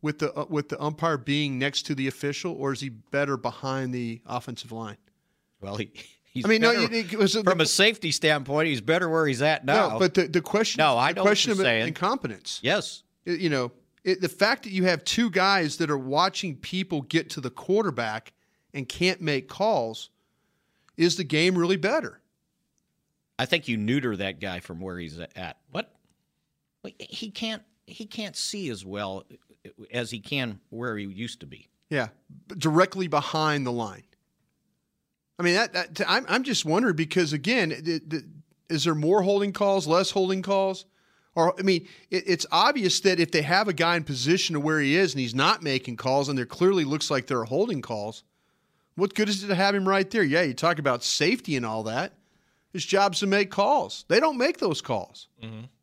Speaker 5: with the uh, with the umpire being next to the official, or is he better behind the offensive line?
Speaker 6: Well, he, he's
Speaker 5: I mean, no,
Speaker 6: better-
Speaker 5: you- it was-
Speaker 6: from a safety standpoint, he's better where he's at now.
Speaker 5: No, but the, the question.
Speaker 6: No, I
Speaker 5: the
Speaker 6: know what
Speaker 5: question
Speaker 6: you're
Speaker 5: of
Speaker 6: saying.
Speaker 5: incompetence.
Speaker 6: yes.
Speaker 5: I- You know, it, the fact that you have two guys that are watching people get to the quarterback and can't make calls is the game really better?
Speaker 6: I think you neuter that guy from where he's at. What? Well, He can't. He can't see as well as he can where he used to be.
Speaker 5: Yeah, b- directly behind the line. I mean, that, that I'm I'm just wondering because again, the, the, is there more holding calls, less holding calls, or I mean, it, it's obvious that if they have a guy in position to where he is and he's not making calls, and there clearly looks like there are holding calls, what good is it to have him right there? Yeah, you talk about safety and all that. His job's to make calls. They don't make those calls.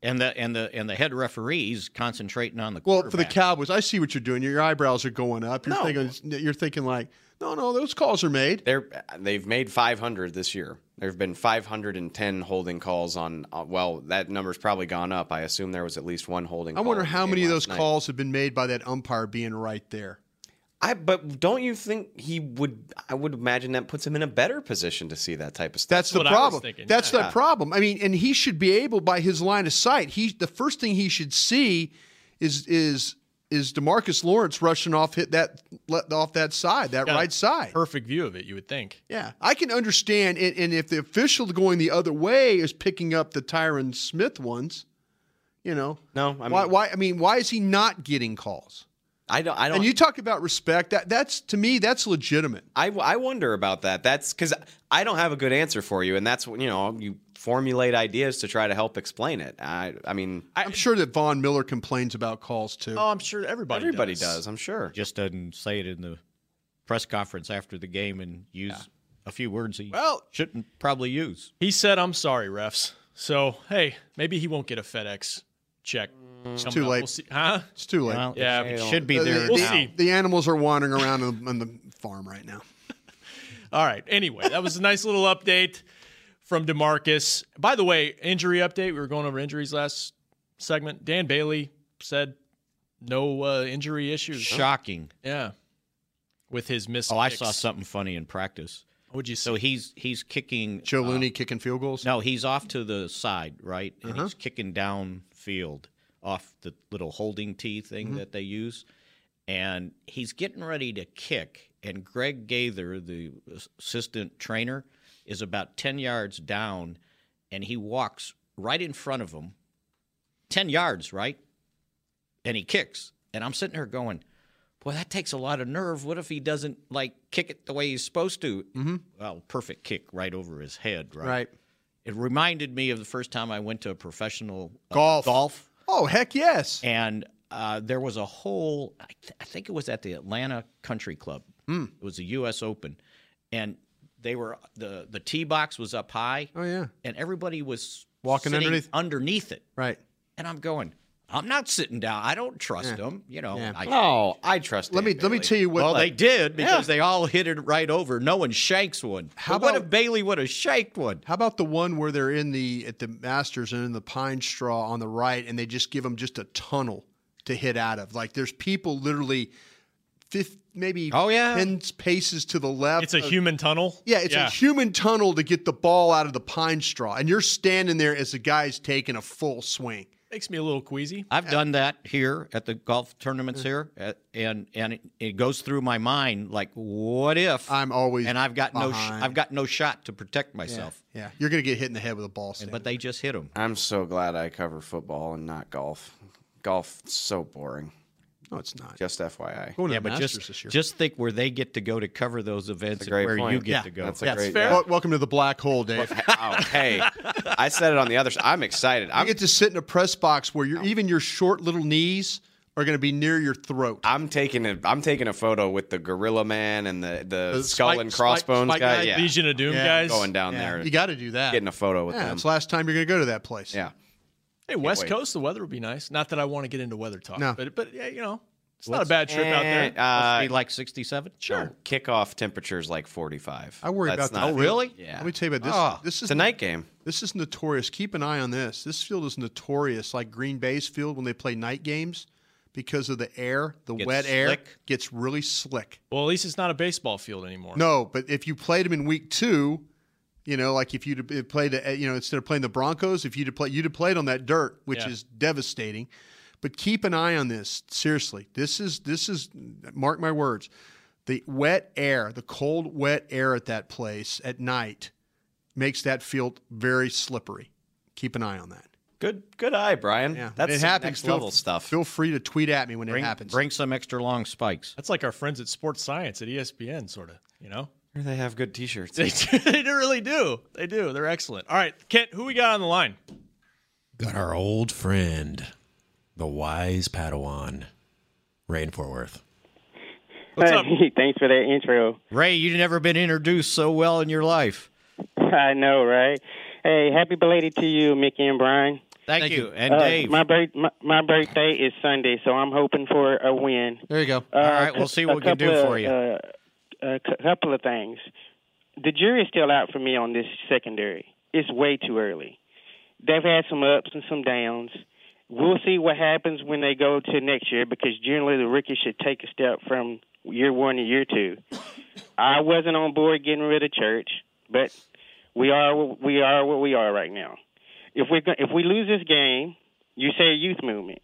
Speaker 6: And the and the and the head referees concentrating on the
Speaker 5: Well, for the
Speaker 6: quarterback.
Speaker 5: Cowboys, I see what you're doing. Your, your eyebrows are going up. You're
Speaker 7: No.
Speaker 5: thinking you're thinking like, no, no, those calls are made.
Speaker 7: They're they've made 500 this year. There have been 510 holding calls on. Uh, well, that number's probably gone up. I assume there was at least one holding.
Speaker 5: I
Speaker 7: call
Speaker 5: wonder
Speaker 7: in the
Speaker 5: how
Speaker 7: game
Speaker 5: many of
Speaker 7: last
Speaker 5: those
Speaker 7: night.
Speaker 5: calls have been made by that umpire being right there.
Speaker 7: I but don't you think he would? I would imagine that puts him in a better position to see that type of stuff.
Speaker 5: That's the
Speaker 4: what I was
Speaker 5: problem.
Speaker 4: thinking,
Speaker 5: That's
Speaker 7: yeah.
Speaker 5: the problem. I mean, and he should be able by his line of sight. He the first thing he should see is is is Demarcus Lawrence rushing off hit that le- off that side, that
Speaker 4: Got a
Speaker 5: right side.
Speaker 4: Perfect view of it, you would think.
Speaker 5: Yeah, I can understand. And, and if the official going the other way is picking up the Tyron Smith ones, you know,
Speaker 7: No, I
Speaker 5: why?
Speaker 7: mean-
Speaker 5: Why? I mean, why is he not getting calls?
Speaker 7: I don't. I don't.
Speaker 5: And you talk about respect. That that's to me that's legitimate.
Speaker 7: I, I wonder about that. That's because I don't have a good answer for you, and that's when, you know you formulate ideas to try to help explain it. I I mean
Speaker 5: I'm sure that Von Miller complains about calls too.
Speaker 4: Oh, I'm sure everybody
Speaker 7: everybody does. I'm sure.
Speaker 6: Just doesn't say it in the press conference after the game and use a few words he
Speaker 4: Well-
Speaker 6: shouldn't probably use.
Speaker 4: He said, "I'm sorry, refs." So hey, maybe he won't get a FedEx check. It's
Speaker 5: too late.
Speaker 4: We'll see. Huh?
Speaker 5: It's too late.
Speaker 4: Well, Yeah, it
Speaker 6: should be
Speaker 5: The-
Speaker 6: there
Speaker 5: The,
Speaker 4: We'll
Speaker 5: the-
Speaker 4: see.
Speaker 5: the animals are wandering around on the, on the farm right now.
Speaker 4: All right. Anyway, that was a nice little update from Demarcus. By the way, injury update. We were going over injuries last segment. Dan Bailey said no uh, injury issues.
Speaker 6: Shocking.
Speaker 4: Yeah. With his miss.
Speaker 6: Oh, I
Speaker 4: kicks.
Speaker 6: saw something funny in practice.
Speaker 4: What'd you
Speaker 6: So he's he's kicking
Speaker 5: Joe Looney kicking field goals. Uh-huh.
Speaker 6: No, he's off to the side, right? And he's kicking downfield off the little holding tee
Speaker 5: Mm-hmm.
Speaker 6: thing that they use. And he's getting ready to kick. And Greg Gaither, the assistant trainer, is about 10 yards down and he walks right in front of him, 10 yards, right? And he kicks. And I'm sitting there going, Boy, that takes a lot of nerve. What if he doesn't like kick it the way he's supposed to? Mm-hmm. Well, perfect kick right over his head, right?
Speaker 5: Right.
Speaker 6: It reminded me of the first time I went to a professional uh,
Speaker 5: Golf.
Speaker 6: golf,
Speaker 5: Oh heck yes.
Speaker 6: and uh, there was a whole. I, th- I think it was at the Atlanta Country Club.
Speaker 5: Hmm.
Speaker 6: It was the U.S. Open, and they were the the tee box was up high,
Speaker 5: Oh yeah.
Speaker 6: and everybody was
Speaker 5: Walking
Speaker 6: sitting
Speaker 5: underneath.
Speaker 6: underneath it.
Speaker 5: Right.
Speaker 6: And I'm going, I'm not sitting down. I don't trust them. You know,
Speaker 5: Yeah.
Speaker 6: Oh, I,
Speaker 7: No, I trust.
Speaker 5: Let me
Speaker 7: Dan
Speaker 5: let me
Speaker 7: Bailey.
Speaker 5: tell you what.
Speaker 6: well, they did because they all hit it right over. No one shanks one.
Speaker 5: How
Speaker 6: But what
Speaker 5: about-
Speaker 6: if Bailey would have shanked one?
Speaker 5: How about the one where they're in the at the Masters and in the pine straw on the right, and they just give them just a tunnel to hit out of? Like there's people literally, fifth maybe
Speaker 6: Oh, yeah.
Speaker 5: ten paces to the left.
Speaker 4: It's a
Speaker 5: of-
Speaker 4: human tunnel.
Speaker 5: Yeah, it's a human tunnel to get the ball out of the pine straw, and you're standing there as the guy's taking a full swing.
Speaker 4: Makes me a little queasy.
Speaker 6: I've done that here at the golf tournaments
Speaker 5: Mm-hmm.
Speaker 6: here, uh, and and it, it goes through my mind like, what if
Speaker 5: I'm always
Speaker 6: and I've got no sh-
Speaker 5: behind.
Speaker 6: I've got no shot to protect myself,
Speaker 5: Yeah, you're gonna get hit in the head with a ball. Standing.
Speaker 6: but they just hit him.
Speaker 7: I'm so glad I cover football and not golf. Golf so boring.
Speaker 5: no, it's not.
Speaker 7: Just FYI.
Speaker 5: Going to
Speaker 6: Yeah,
Speaker 5: the
Speaker 6: but
Speaker 5: Masters
Speaker 6: just
Speaker 5: this year.
Speaker 6: just think where they get to go to cover those events and
Speaker 7: great
Speaker 6: where you
Speaker 7: point.
Speaker 6: get
Speaker 7: Yeah,
Speaker 6: to go.
Speaker 7: that's a That's great- fair.
Speaker 5: Wel- welcome to the black hole, Dave.
Speaker 7: oh, hey, I said it on the other side. I'm excited.
Speaker 5: I
Speaker 7: I'm
Speaker 5: get to sit in a press box where your even your short little knees are going to be near your throat.
Speaker 7: I'm taking a I'm taking a photo with the Gorilla Man and the the,
Speaker 5: The
Speaker 7: Skull
Speaker 5: Spike-
Speaker 7: and
Speaker 5: Spike-
Speaker 7: Crossbones
Speaker 5: Spike
Speaker 7: guy.
Speaker 5: guy,
Speaker 7: Yeah,
Speaker 4: Legion of Doom
Speaker 5: Yeah,
Speaker 4: guys.
Speaker 7: going down
Speaker 5: Yeah,
Speaker 7: there,
Speaker 5: you got to do that.
Speaker 7: getting a photo with
Speaker 5: yeah,
Speaker 7: them.
Speaker 5: it's the last time you're going to go to that place.
Speaker 7: yeah.
Speaker 4: Hey, West
Speaker 7: wait.
Speaker 4: Coast, the weather would be nice. Not that I want to get into weather talk,
Speaker 5: No.
Speaker 4: but but yeah, you know, it's not a bad trip out there.
Speaker 7: And, uh,
Speaker 6: Be like sixty-seven.
Speaker 7: Sure. Kickoff temperature's like 45.
Speaker 5: I worry
Speaker 7: That's
Speaker 5: about that.
Speaker 7: not-
Speaker 5: field.
Speaker 7: Yeah. Ah,
Speaker 5: Let me tell you about this.
Speaker 6: Oh,
Speaker 5: this is
Speaker 7: It's a night game.
Speaker 5: This is notorious. Keep an eye on this. This field is notorious, like Green Bay's field when they play night games, because of the air, the
Speaker 6: Gets
Speaker 5: wet air
Speaker 6: slick.
Speaker 5: gets really slick.
Speaker 4: Well, at least it's not a baseball field anymore.
Speaker 5: No, but if you played them in week two, you know, like if you'd have played, uh, you know, instead of playing the Broncos, if you'd have played, you'd have played on that dirt, which
Speaker 4: Yeah.
Speaker 5: is devastating. But keep an eye on this. Seriously, this is this is mark my words. The wet air, the cold wet air at that place at night, makes that field very slippery. Keep an eye on that.
Speaker 7: Good good eye, Brian.
Speaker 5: Yeah,
Speaker 7: That's
Speaker 5: it
Speaker 7: some
Speaker 5: happens.
Speaker 7: next
Speaker 5: feel,
Speaker 7: level stuff.
Speaker 5: Feel free to tweet at me when
Speaker 6: Bring,
Speaker 5: it happens.
Speaker 6: bring some extra long spikes.
Speaker 4: That's like our friends at Sports Science at E ESPN, sort of. You know,
Speaker 7: they have good t-shirts.
Speaker 4: they do, they do really do. They do. They're excellent. All right, Kent, who we got on the line?
Speaker 12: Got our old friend, the wise Padawan, Rain Forworth.
Speaker 4: What's up?
Speaker 13: Hey, thanks for that intro.
Speaker 6: Ray, you've never been introduced so well in your life.
Speaker 13: I know, right? Hey, happy belated to you, Mickey and Brian.
Speaker 6: Thank, you. and
Speaker 13: Uh,
Speaker 6: Dave.
Speaker 13: My, birth, my, my birthday is Sunday, so I'm hoping for a win.
Speaker 5: there you go.
Speaker 13: All
Speaker 6: right, we'll see what we can do for you.
Speaker 13: Uh, a cou- couple of things. The jury's still out for me on this secondary. It's way too early. They've had some ups and some downs. We'll see what happens when they go to next year because generally the rookies should take a step from year one to year two. I wasn't on board getting rid of Church, but we are wh- we are where we are right now. If we if we lose this game, you say youth movement.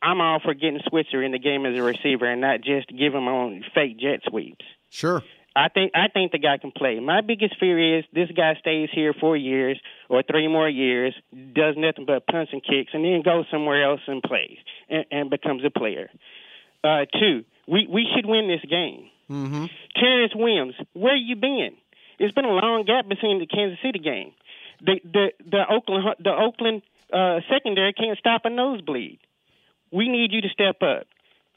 Speaker 13: I'm all for getting Switzer in the game as a receiver and not just give him on fake jet sweeps.
Speaker 5: Sure.
Speaker 13: I think I think the guy can play. My biggest fear is this guy stays here four years or three more years, does nothing but punts and kicks, and then goes somewhere else and plays and, and becomes a player. Uh, two, we, we should win this game.
Speaker 5: Mm-hmm.
Speaker 13: Terrence Williams, where you been? It's been a long gap between the Kansas City game. The the the Oakland the Oakland uh, secondary can't stop a nosebleed. We need you to step up.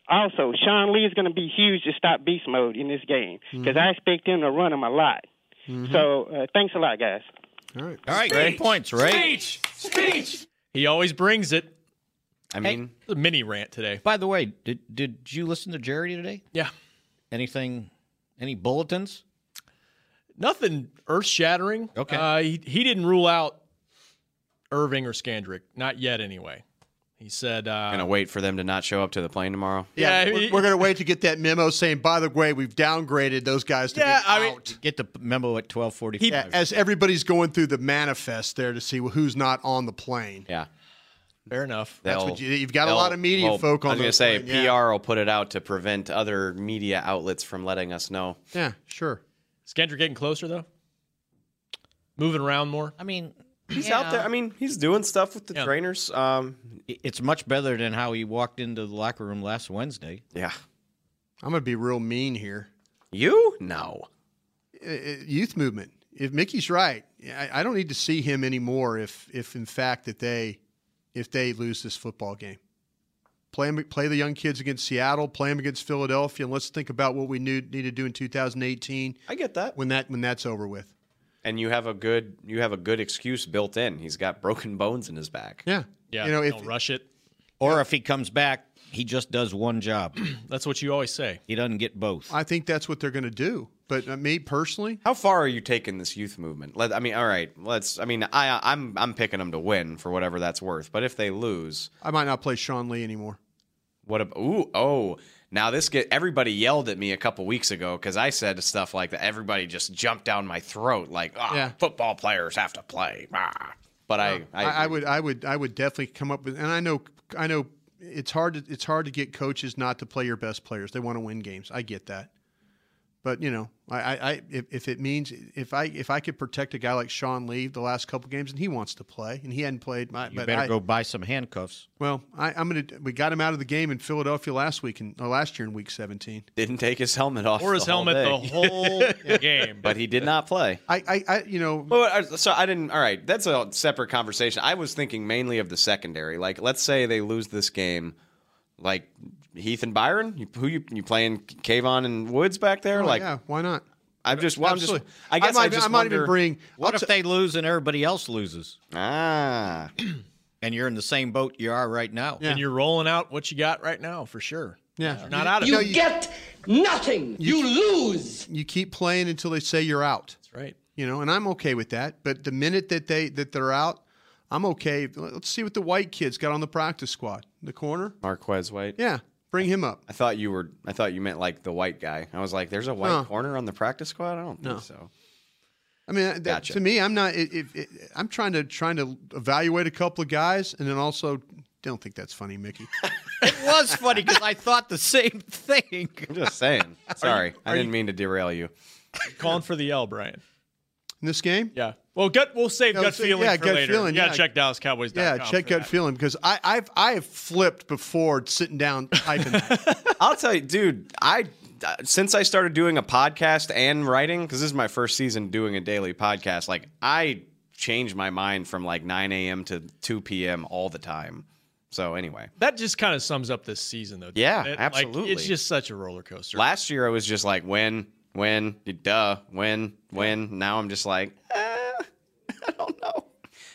Speaker 13: Also, Sean Lee is going to be huge to stop beast mode in this game because I expect him to run him a lot.
Speaker 4: Mm-hmm.
Speaker 13: So uh, thanks a lot, guys.
Speaker 5: All right.
Speaker 6: All right, great points, right?
Speaker 4: Speech! Speech! He always brings it.
Speaker 7: I
Speaker 4: mean, a mini rant today.
Speaker 6: By the way, did did you listen to Jerry today?
Speaker 4: Yeah.
Speaker 6: Anything? Any bulletins?
Speaker 4: Nothing earth shattering. Okay. Uh, he, he didn't rule out Irving or Skandrick. Not yet, anyway. He said, uh,
Speaker 7: Gonna wait for them to not show up to the plane tomorrow.
Speaker 5: Yeah, we're, we're going to wait to get that memo saying, by the way, we've downgraded those guys to
Speaker 4: Yeah,
Speaker 5: be
Speaker 4: I mean-
Speaker 5: out.
Speaker 6: Get the memo at twelve forty
Speaker 5: He-
Speaker 6: five.
Speaker 5: as everybody's going through the manifest there to see who's not on the plane.
Speaker 7: Yeah.
Speaker 4: fair enough.
Speaker 5: That's
Speaker 7: They'll-
Speaker 5: what you, you've got a lot of media
Speaker 7: they'll-
Speaker 5: folk on.
Speaker 7: I was gonna
Speaker 5: those
Speaker 7: say
Speaker 5: plane, yeah.
Speaker 7: PR will put it out to prevent other media outlets from letting us know.
Speaker 5: Yeah, sure.
Speaker 4: Skandrick getting closer, though? Moving around more?
Speaker 6: I mean,
Speaker 7: He's out there. I mean, he's doing stuff with the trainers. Um,
Speaker 6: it's much better than how he walked into the locker room last Wednesday.
Speaker 7: Yeah.
Speaker 5: I'm going to be real mean here.
Speaker 7: You? No.
Speaker 5: uh, Youth movement. If Mickey's right, I, I don't need to see him anymore. If if in fact that they if they lose this football game, play 'em- play the young kids against Seattle, play them against Philadelphia, and let's think about what we need, need to do in 2018
Speaker 7: I get that.
Speaker 5: when that when that's over with.
Speaker 7: And you have a good you have a good excuse built in. He's got broken bones in his back.
Speaker 5: Yeah.
Speaker 4: Yeah.
Speaker 5: You know, if-
Speaker 4: don't rush it.
Speaker 6: Or if he comes back, he just does one job.
Speaker 4: That's what you always say.
Speaker 6: He doesn't get both.
Speaker 5: I think that's what they're going to do. But uh, me personally,
Speaker 7: How far are you taking this youth movement? Let, I mean, all right, let's. I mean, I, I'm I'm picking them to win for whatever that's worth. But if they lose,
Speaker 5: I might not play Sean Lee anymore.
Speaker 7: what? ab ooh, oh, now this get everybody yelled at me a couple weeks ago because I said stuff like that. Everybody just jumped down my throat like, ah,
Speaker 5: Yeah.
Speaker 7: football players have to play. Ah. But I, I,
Speaker 5: Uh, I, I would, I would, I would definitely come up with, and I know, I know, it's hard to, it's hard to get coaches not to play your best players. They want to win games. I get that, but you know, I, I, I if, if it means if I, if I could protect a guy like Sean Lee the last couple games, and he wants to play, and he hadn't played, my,
Speaker 6: you
Speaker 5: but
Speaker 6: better
Speaker 5: I,
Speaker 6: go buy some handcuffs.
Speaker 5: Well, I, I'm gonna, we got him out of the game in Philadelphia last week and last year in week 17.
Speaker 7: didn't take his helmet off
Speaker 4: Or his
Speaker 7: the whole
Speaker 4: helmet
Speaker 7: day.
Speaker 4: the whole game.
Speaker 7: but he did not play.
Speaker 5: I, I, I you know,
Speaker 7: Well, I- so I didn't. All right, that's a separate conversation. I was thinking mainly of the secondary. Like, let's say they lose this game, like Heath and Byron. You, who you you playing Kayvon and Woods back there?
Speaker 5: oh,
Speaker 7: like,
Speaker 5: yeah, why not?
Speaker 7: I'm just. Well, I'm just.
Speaker 5: Absolutely.
Speaker 7: I guess I,
Speaker 5: might,
Speaker 7: just
Speaker 5: I might even
Speaker 7: wonder-
Speaker 5: bring.
Speaker 6: What
Speaker 5: I'll
Speaker 6: if
Speaker 5: t-
Speaker 6: they lose and everybody else loses?
Speaker 7: Ah,
Speaker 6: And you're in the same boat you are right now.
Speaker 5: Yeah.
Speaker 4: And you're rolling out what you got right now for sure.
Speaker 5: Yeah.
Speaker 4: You're not out of it.
Speaker 5: get nothing. You, lose. You keep playing until they say you're out.
Speaker 4: That's right.
Speaker 5: You know, and I'm okay with that. But the minute that they that they're out, I'm okay. Let's see what the white kids got on the practice squad. The corner.
Speaker 7: Marquez White.
Speaker 5: Yeah. Bring him up.
Speaker 7: I thought you were. I thought you meant like the white guy. I was like, there's a white
Speaker 5: No.
Speaker 7: corner on the practice squad. I don't think
Speaker 5: No.
Speaker 7: so.
Speaker 5: I mean, that,
Speaker 7: Gotcha.
Speaker 5: to me, I'm not. It, it, it, I'm trying to trying to evaluate a couple of guys, and then also don't think that's funny, Mickey.
Speaker 6: It was funny because I thought the same thing.
Speaker 7: I'm just saying. Sorry, I didn't mean to derail you.
Speaker 4: Calling for the L, Brian.
Speaker 5: In this game,
Speaker 4: Yeah. Well, gut. We'll save
Speaker 5: No,
Speaker 4: gut
Speaker 5: so-
Speaker 4: feeling
Speaker 5: yeah,
Speaker 4: for
Speaker 5: gut
Speaker 4: later.
Speaker 5: feeling,
Speaker 4: you gotta
Speaker 5: yeah.
Speaker 4: check DallasCowboys.com.
Speaker 5: yeah, check
Speaker 4: for
Speaker 5: gut feeling because I, I've I have flipped before sitting down typing. that.
Speaker 7: I'll tell you, dude. I uh, since I started doing a podcast and writing, because this is my first season doing a daily podcast. Like I change my mind from like 9 a.m. to 2 p.m. all the time. So anyway,
Speaker 4: That just kind of sums up this season, though. doesn't
Speaker 7: Yeah,
Speaker 4: it? Like,
Speaker 7: absolutely.
Speaker 4: it's just such a roller coaster.
Speaker 7: last year I was just like, when, when, duh, when, when. Now I'm just like, eh, I don't know.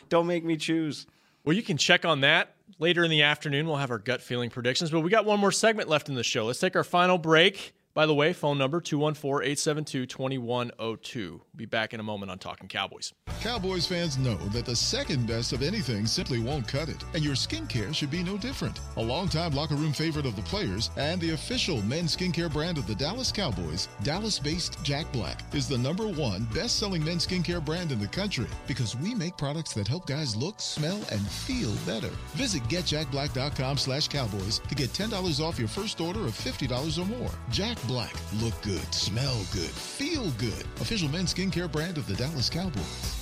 Speaker 7: Don't make me choose.
Speaker 4: Well, you can check on that later in the afternoon. We'll have our gut feeling predictions, but we got one more segment left in the show. Let's take our final break. By the way, phone number 214 872 2102. Be back in a moment on Talking Cowboys.
Speaker 14: Cowboys fans know that the second best of anything simply won't cut it, and your skincare should be no different. A longtime locker room favorite of the players and the official men's skincare brand of the Dallas Cowboys, Dallas based Jack Black, is the number one best selling men's skincare brand in the country because we make products that help guys look, smell, and feel better. Visit getjackblack.com slash cowboys to get $10 off your first order of $50 or more. Jack Black, look good, smell good, feel good. Official men's skincare brand of the Dallas Cowboys.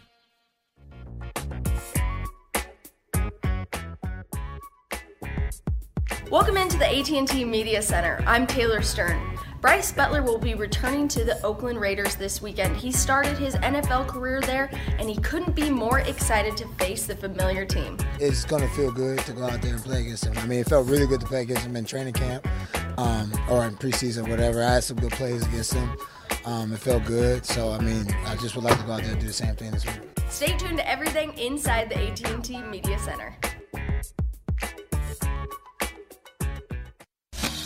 Speaker 15: Welcome into the AT&T Media Center. I'm Taylor Stern. Bryce Butler will be returning to the Oakland Raiders this weekend. He started his NFL career there, and he couldn't be more excited to face the familiar team.
Speaker 16: it's going to feel good to go out there and play against them. I mean, it felt really good to play against them in training camp um, or in preseason, whatever. I had some good plays against them. Um, it felt good. So, I mean, I just would like to go out there and do the same thing this week.
Speaker 15: Stay tuned to everything inside the AT&T Media Center.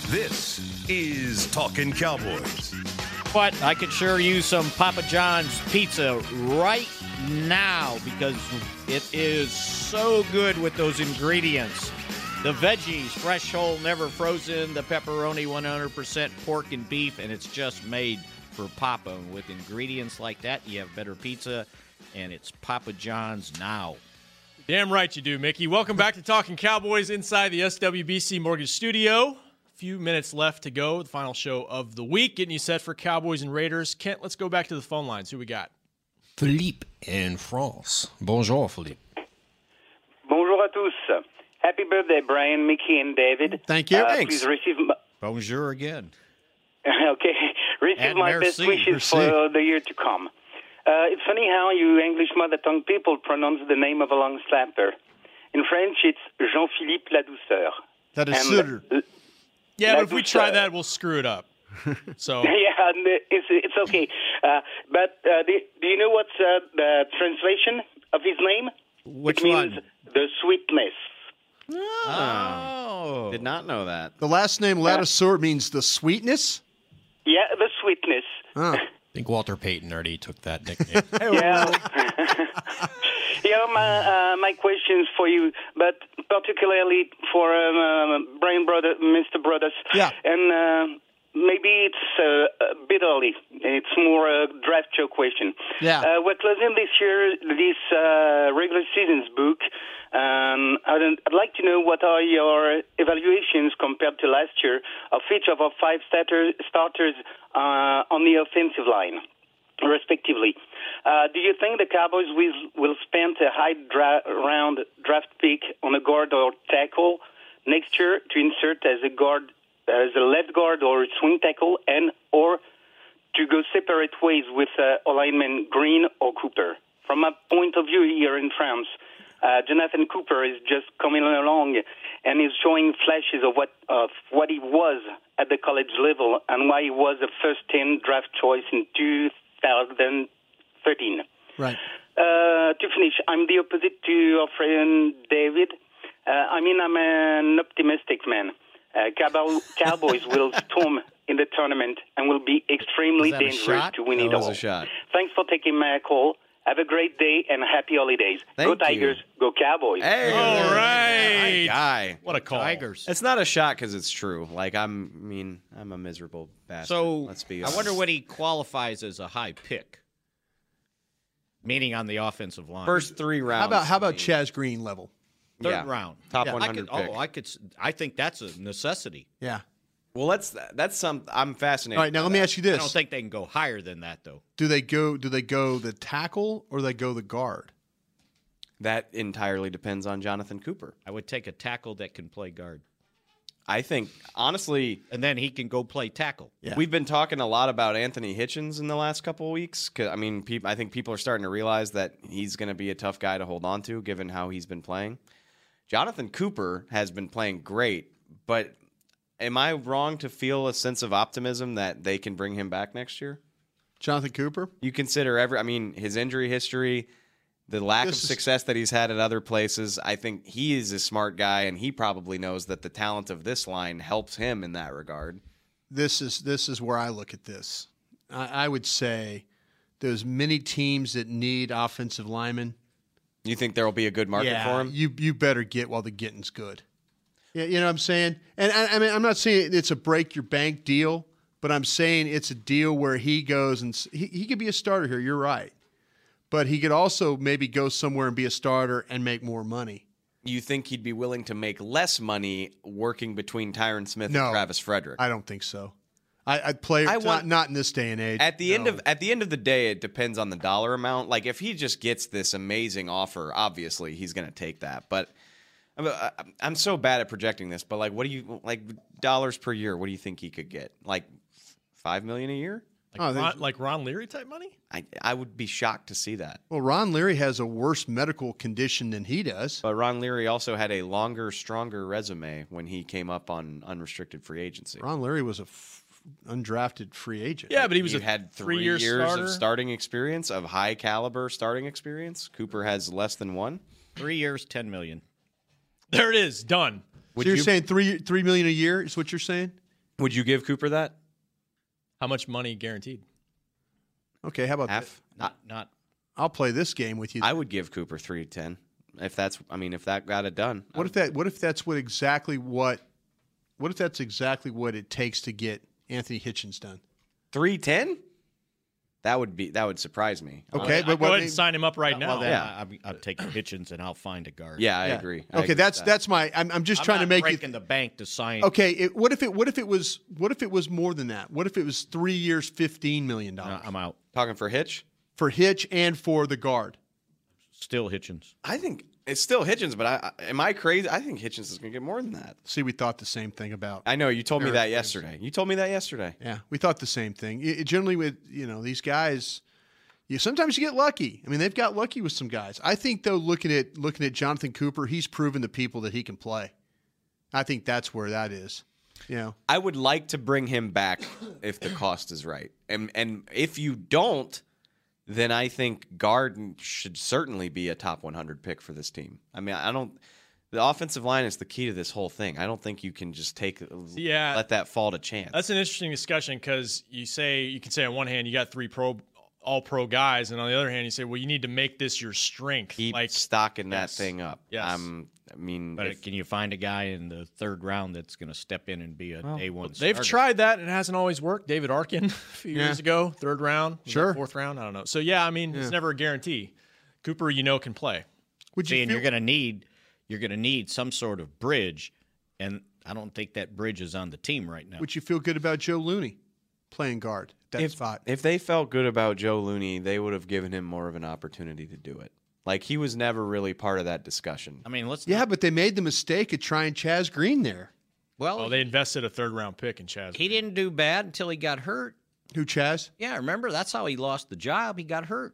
Speaker 2: This is Talking Cowboys.
Speaker 6: But I could sure use some Papa John's pizza right now because it is so good with those ingredients. The veggies, fresh, whole, never frozen, the pepperoni, 100% pork and beef, and it's just made for Papa. And with ingredients like that, you have better pizza, and it's Papa John's now.
Speaker 4: Damn right you do, Mickey. Welcome back to Talking Cowboys inside the SWBC Mortgage Studio. A few minutes left to go. The final show of the week. Getting you set for Cowboys and Raiders. Kent, let's go back to the phone lines. Who we got?
Speaker 12: Philippe in France. Bonjour, Philippe.
Speaker 17: Bonjour à tous. Happy birthday, Brian, Mickey, and David.
Speaker 12: Thank you.
Speaker 17: Uh,
Speaker 12: Thanks.
Speaker 17: Please receive my,
Speaker 6: Bonjour again.
Speaker 17: okay, receive
Speaker 6: And
Speaker 17: my
Speaker 6: merci,
Speaker 17: best wishes
Speaker 6: merci.
Speaker 17: for the year to come. Uh, it's funny how you English mother tongue people pronounce the name of a long slapper. In French, it's Jean-Philippe Ladouceur.
Speaker 5: That is
Speaker 17: And- uh,
Speaker 5: suitor.
Speaker 4: Yeah,
Speaker 17: That
Speaker 4: but if we
Speaker 17: was,
Speaker 4: try
Speaker 17: uh,
Speaker 4: that, we'll screw it up. So
Speaker 17: yeah, and it's, it's okay. Uh, but uh, do, do you know what's uh, the translation of his name?
Speaker 6: Which
Speaker 17: it means the sweetness.
Speaker 7: Oh. Did not know that.
Speaker 5: The last name Latisseur means the sweetness.
Speaker 17: Yeah, the sweetness.
Speaker 5: Huh.
Speaker 12: I think Walter Payton already took that nickname.
Speaker 17: yeah. yeah, my, uh, my questions for you, but particularly for um, um, Brian Brother, Mr. Brothers.
Speaker 5: Yeah.
Speaker 17: And uh, maybe it's uh, a bit early. It's more a draft show question.
Speaker 5: Yeah.
Speaker 17: Uh, we're closing this year, this uh, regular season's book. Um, I'd, I'd like to know what are your evaluations compared to last year of each of our five starter, starters uh, on the offensive line respectively. Uh, do you think the Cowboys will, will spend a high dra- round draft pick on a guard or tackle next year to insert as a guard, as a left guard or swing tackle, and or to go separate ways with uh, alignment Green or Cooper? From my point of view here in France, uh, Jonathan Cooper is just coming along and is showing flashes of what of what he was at the college level and why he was a first team draft choice in 2013.
Speaker 5: Right.
Speaker 17: Uh, to finish, I'm the opposite to your friend David. Uh, I mean, I'm an optimistic man. Uh, Cow- Cowboys will storm in the tournament and will be
Speaker 7: Was
Speaker 17: extremely
Speaker 7: that a
Speaker 17: dangerous
Speaker 7: shot?
Speaker 17: to win
Speaker 7: That
Speaker 17: it
Speaker 7: was
Speaker 17: all.
Speaker 7: a shot.
Speaker 17: Thanks for taking my call. Have a great day and happy holidays.
Speaker 7: Thank
Speaker 17: go
Speaker 7: you.
Speaker 17: Tigers, go Cowboys.
Speaker 7: Hey, all
Speaker 4: right,
Speaker 7: guy. What
Speaker 4: a call.
Speaker 7: Tigers. It's not a shot because it's true. Like I'm, I mean, I'm a miserable bastard.
Speaker 6: So
Speaker 7: let's be.
Speaker 6: I
Speaker 7: Honest.
Speaker 6: wonder what he qualifies as a high pick, meaning on the offensive line.
Speaker 7: First three rounds.
Speaker 5: How about how about Chaz Green level?
Speaker 6: Third
Speaker 7: Yeah.
Speaker 6: round.
Speaker 7: Top
Speaker 6: Yeah, I
Speaker 7: 100
Speaker 6: could-
Speaker 7: pick.
Speaker 6: Oh, I could. s- I think that's a necessity.
Speaker 5: Yeah.
Speaker 7: Well, that's that's some. I'm fascinated.
Speaker 5: All right, now
Speaker 7: by
Speaker 5: let me
Speaker 7: that.
Speaker 5: ask you this.
Speaker 6: I don't think they can go higher than that though.
Speaker 5: Do they go? Do they go the tackle or they go the guard?
Speaker 7: That entirely depends on Jonathan Cooper.
Speaker 6: I would take a tackle that can play guard.
Speaker 7: I think honestly,
Speaker 6: and then he can go play tackle.
Speaker 5: Yeah.
Speaker 7: We've been talking a lot about Anthony Hitchens in the last couple of weeks. 'cause, I mean, peop I think people are starting to realize that he's going to be a tough guy to hold on to, given how he's been playing. Jonathan Cooper has been playing great, but am I wrong to feel a sense of optimism that they can bring him back next year?
Speaker 5: Jonathan Cooper.
Speaker 7: You consider every, I mean, his injury history, the lack
Speaker 5: This
Speaker 7: of
Speaker 5: is-
Speaker 7: success that he's had at other places. I think he is a smart guy, and he probably knows that the talent of this line helps him in that regard.
Speaker 5: This is this is where I look at this. I, I would say there's many teams that need offensive linemen.
Speaker 7: You think there will be a good market
Speaker 5: Yeah,
Speaker 7: for him?
Speaker 5: You you better get while the getting's good. Yeah, you know what I'm saying? And I, I mean, I'm not saying it's a break your bank deal, but I'm saying it's a deal where he goes and s- he, he could be a starter here. You're right. But he could also maybe go somewhere and be a starter and make more money.
Speaker 7: You think he'd be willing to make less money working between Tyron Smith
Speaker 5: No.
Speaker 7: and Travis Frederick?
Speaker 5: I don't think so. I, I play
Speaker 7: I
Speaker 5: not,
Speaker 7: want-
Speaker 5: not in this day and age.
Speaker 7: At the end of at the end of the day, it depends on the dollar amount. Like if he just gets this amazing offer, obviously he's going to take that. But I'm, I'm- I'm so bad at projecting this. But like, what do you like dollars per year? What do you think he could get? Like f- five million a year?
Speaker 4: Like, Ron, like Ron Leary type money?
Speaker 7: I I would be shocked to see that.
Speaker 5: Well, Ron Leary has a worse medical condition than he does.
Speaker 7: But Ron Leary also had a longer, stronger resume when he came up on unrestricted free agency.
Speaker 5: Ron Leary was a f- undrafted free agent.
Speaker 4: Yeah, but he was
Speaker 7: you
Speaker 4: a
Speaker 7: had three
Speaker 4: three-year
Speaker 7: years
Speaker 4: starter.
Speaker 7: of starting experience, of high caliber starting experience. Cooper has less than one.
Speaker 6: Three years, ten million.
Speaker 4: There it is. Done.
Speaker 5: so you're saying three three million a year is what you're saying?
Speaker 7: Would you give Cooper that?
Speaker 4: How much money guaranteed?
Speaker 5: Okay, how about
Speaker 7: half? Not
Speaker 6: not.
Speaker 5: I'll play this game with you.
Speaker 7: I would give Cooper three ten if that's. I mean, if that got it done.
Speaker 5: What if that? What if that's what exactly what? What if that's exactly what it takes to get Anthony Hitchens done?
Speaker 7: Three ten. That would be that would surprise me.
Speaker 5: Okay, but what-
Speaker 6: Well, then
Speaker 7: Yeah.
Speaker 6: I, I'm, I'm taking Hitchens and I'll find a guard.
Speaker 7: Yeah, I agree. I
Speaker 5: okay,
Speaker 7: agree
Speaker 5: that's
Speaker 7: with that.
Speaker 5: that's my. I'm, I'm just
Speaker 6: I'm
Speaker 5: trying to
Speaker 6: not
Speaker 5: make
Speaker 6: breaking
Speaker 5: you.
Speaker 6: the bank to sign.
Speaker 5: okay, it, what if it? What if it was? What if it was more than that? What if it was three years, fifteen million dollars?
Speaker 6: I'm out
Speaker 7: talking for Hitch.
Speaker 5: for Hitch and for the guard.
Speaker 6: Still Hitchens.
Speaker 7: I think it's still Hitchens, but I, I am I crazy? I think Hitchens is going to get more than that.
Speaker 5: See, we thought the same thing about.
Speaker 7: I know you told me
Speaker 5: Eric
Speaker 7: that
Speaker 5: Jones.
Speaker 7: yesterday. You told me that yesterday.
Speaker 5: Yeah, we thought the same thing. It- it generally, with you know these guys, you sometimes you get lucky. I mean, they've got lucky with some guys. I think though, looking at looking at Jonathan Cooper, he's proven to people that he can play. I think that's where that is. You know,
Speaker 7: I would like to bring him back if the cost is right. And and if you don't, then I think Garden should certainly be a top 100 pick for this team. I mean, I don't the offensive line is the key to this whole thing. I don't think you can just take
Speaker 4: Yeah.
Speaker 7: let that fall to chance.
Speaker 4: That's an interesting discussion because you say you can say on one hand you got three pro all pro guys, and on the other hand you say well you need to make this your strength.
Speaker 7: Keep
Speaker 4: like
Speaker 7: stocking that
Speaker 4: Yes.
Speaker 7: thing up.
Speaker 4: Yes.
Speaker 7: I'm- I mean,
Speaker 6: But uh,
Speaker 7: if-
Speaker 6: can you find a guy in the third round that's going to step in and be a day one?
Speaker 4: They've tried that and it hasn't always worked. David Arkin a few
Speaker 6: Yeah.
Speaker 4: years ago, third round, was it
Speaker 6: Sure.
Speaker 4: fourth round. I don't know. So yeah, I mean
Speaker 6: Yeah.
Speaker 4: it's never a guarantee. Cooper, you know, can play.
Speaker 5: Would
Speaker 6: See,
Speaker 4: you
Speaker 6: and
Speaker 4: feel-
Speaker 6: you're going to need you're going to need some sort of bridge, and I don't think that bridge is on the team right now.
Speaker 5: would you feel good about Joe Looney playing guard at that
Speaker 7: if,
Speaker 5: spot?
Speaker 7: if they felt good about Joe Looney, they would have given him more of an opportunity to do it. Like he was never really part of that discussion.
Speaker 6: I mean, let's
Speaker 5: Yeah, but they made the mistake of trying Chaz Green there.
Speaker 6: Well,
Speaker 4: they invested a third round pick in Chaz.
Speaker 6: He didn't do bad until he got hurt.
Speaker 5: Who Chaz?
Speaker 6: Yeah, remember that's how he lost the job. He got hurt.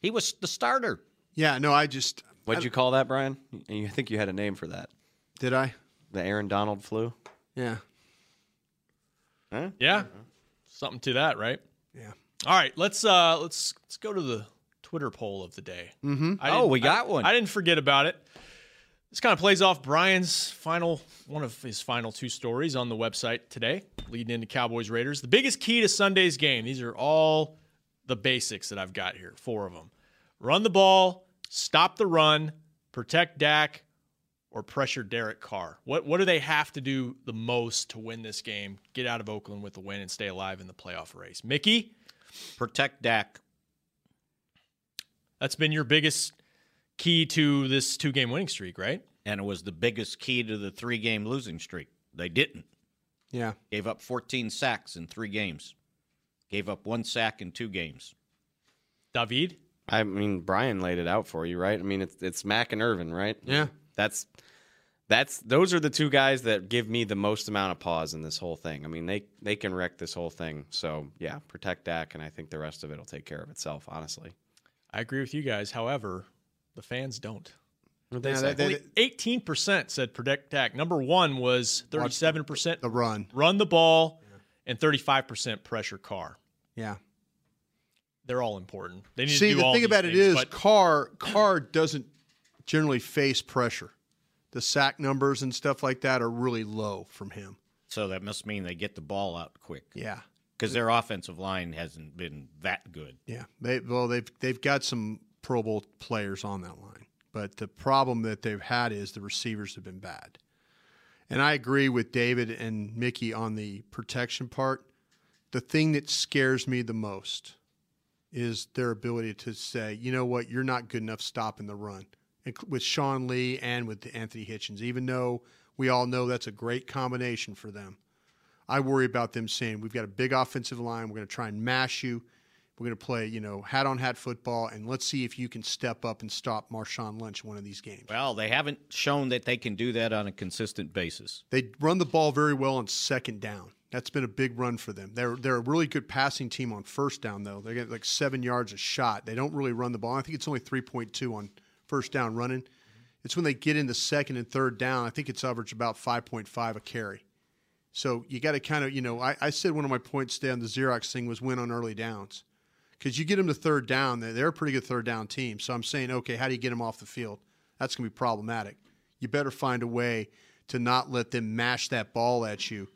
Speaker 6: He was the starter.
Speaker 5: Yeah, no, I just
Speaker 7: What'd you call that, Brian? You I think you had a name for that?
Speaker 5: Did I?
Speaker 7: The Aaron Donald flu?
Speaker 5: Yeah.
Speaker 7: Huh?
Speaker 4: Yeah. Something to that, right?
Speaker 5: Yeah.
Speaker 4: All right, let's uh let's let's go to the Twitter poll of the day.
Speaker 5: Mhm.
Speaker 4: I
Speaker 5: Oh,
Speaker 4: didn't-
Speaker 5: we got
Speaker 4: I-
Speaker 5: one.
Speaker 4: I didn't forget about it. This kind of plays off Brian's final one of his final two stories on the website today, leading into Cowboys Raiders. The biggest key to Sunday's game. These are all the basics that I've got here, four of them. Run the ball, stop the run, protect Dak, or pressure Derek Carr? What what do they have to do the most to win this game, get out of Oakland with a win, and stay alive in the playoff race? Mickey,
Speaker 6: protect Dak.
Speaker 4: That's been your biggest key to this two game winning streak, right?
Speaker 6: and it was the biggest key to the three game losing streak. They didn't.
Speaker 5: Yeah.
Speaker 6: Gave up 14 sacks in three games, gave up one sack in two games.
Speaker 4: David?
Speaker 7: I mean, Brian laid it out for you, right? I mean, it's it's Mac and Irvin, right?
Speaker 5: Yeah.
Speaker 7: That's that's those are the two guys that give me the most amount of pause in this whole thing. I mean, they they can wreck this whole thing. So yeah, protect Dak, and I think the rest of it'll take care of itself. Honestly,
Speaker 4: I agree with you guys. However, the fans don't.
Speaker 7: What'd they Yeah, say? they- they-
Speaker 4: Eighteen percent said predict Dak. Number one was thirty-seven percent.
Speaker 5: The run,
Speaker 4: run the ball, and thirty-five percent pressure Carr.
Speaker 5: Yeah.
Speaker 4: They're all important. They need
Speaker 5: See,
Speaker 4: to do
Speaker 5: the
Speaker 4: all
Speaker 5: thing
Speaker 4: these
Speaker 5: about it
Speaker 4: things,
Speaker 5: is,
Speaker 4: but
Speaker 5: Carr Carr doesn't generally face pressure. The sack numbers and stuff like that are really low from him.
Speaker 6: So that must mean they get the ball out quick.
Speaker 5: Yeah.
Speaker 6: Because their offensive line hasn't been that good.
Speaker 5: Yeah, they well they've they've got some Pro Bowl players on that line, but the problem that they've had is the receivers have been bad. And I agree with David and Mickey on the protection part. The thing that scares me the most is their ability to say, you know what, you're not good enough stopping the run. And c- with Sean Lee and with Anthony Hitchens, even though we all know that's a great combination for them, I worry about them saying, we've got a big offensive line. We're going to try and mash you. We're going to play, you know, hat on hat football, and let's see if you can step up and stop Marshawn Lynch one of these games.
Speaker 6: Well, they haven't shown that they can do that on a consistent basis.
Speaker 5: They run the ball very well on second down. That's been a big run for them. They're they're a really good passing team on first down though. They get like seven yards a shot. They don't really run the ball. I think it's only three point two on first down running. It's when they get into second and third down. I think it's average about five point five a carry. So you got to kind of you know I, I said one of my points today on the Xerox thing was win on early downs because you get them to third down. They're, they're a pretty good third down team. So I'm saying okay, how do you get them off the field? That's going to be problematic. You better find a way to not let them mash that ball at you.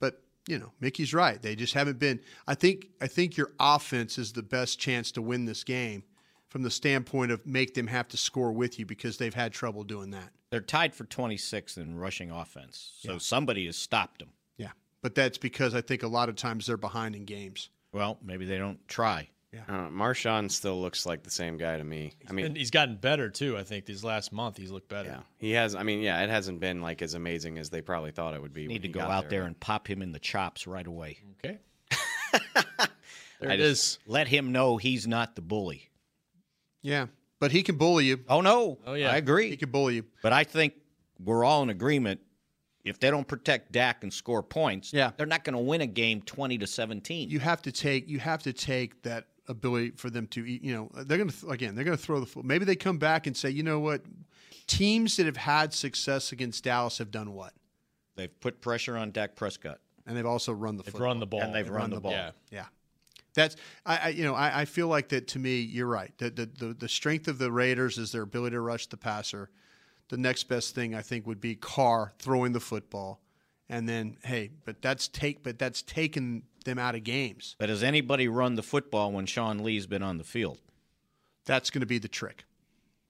Speaker 5: But you know, Mickey's right. They just haven't been. I think I think your offense is the best chance to win this game from the standpoint of make them have to score with you because they've had trouble doing that.
Speaker 6: They're tied for 26th in rushing offense. So
Speaker 5: Yeah.
Speaker 6: somebody has stopped them.
Speaker 5: Yeah. But that's because I think a lot of times they're behind in games.
Speaker 6: Well, maybe they don't try.
Speaker 5: Yeah.
Speaker 7: Uh, Marshawn still looks like the same guy to me. I mean,
Speaker 4: and he's gotten better too. I think these last month he's looked better.
Speaker 7: He has. I mean, yeah, it hasn't been like as amazing as they probably thought it would be.
Speaker 6: Need to go out there and pop him in the chops right away.
Speaker 4: Okay.
Speaker 6: there it is. Let him know he's not the bully.
Speaker 5: Yeah. But he can bully you.
Speaker 6: Oh no.
Speaker 4: Oh yeah.
Speaker 6: I agree. He
Speaker 5: can bully you.
Speaker 6: But I think we're all in agreement. If they don't protect Dak and score points, yeah. they're not going to win a game twenty to seventeen.
Speaker 5: You have to take you have to take that ability for them to eat. You know, they're going to th- again. They're going to throw the foot. Maybe they come back and say, you know what, teams that have had success against Dallas have done what,
Speaker 6: They've put pressure on Dak Prescott.
Speaker 5: and they've also run the
Speaker 6: They've
Speaker 5: football.
Speaker 6: run the ball. And they've run the ball.
Speaker 5: Yeah.
Speaker 6: Yeah.
Speaker 5: That's I, I you know I, I feel like that to me you're right the, the the the strength of the Raiders is their ability to rush the passer. The next best thing I think would be Carr throwing the football, and then hey, but that's take but that's taken them out of games.
Speaker 6: But has anybody run the football when Sean Lee's been on the field?
Speaker 5: That's going to be the trick.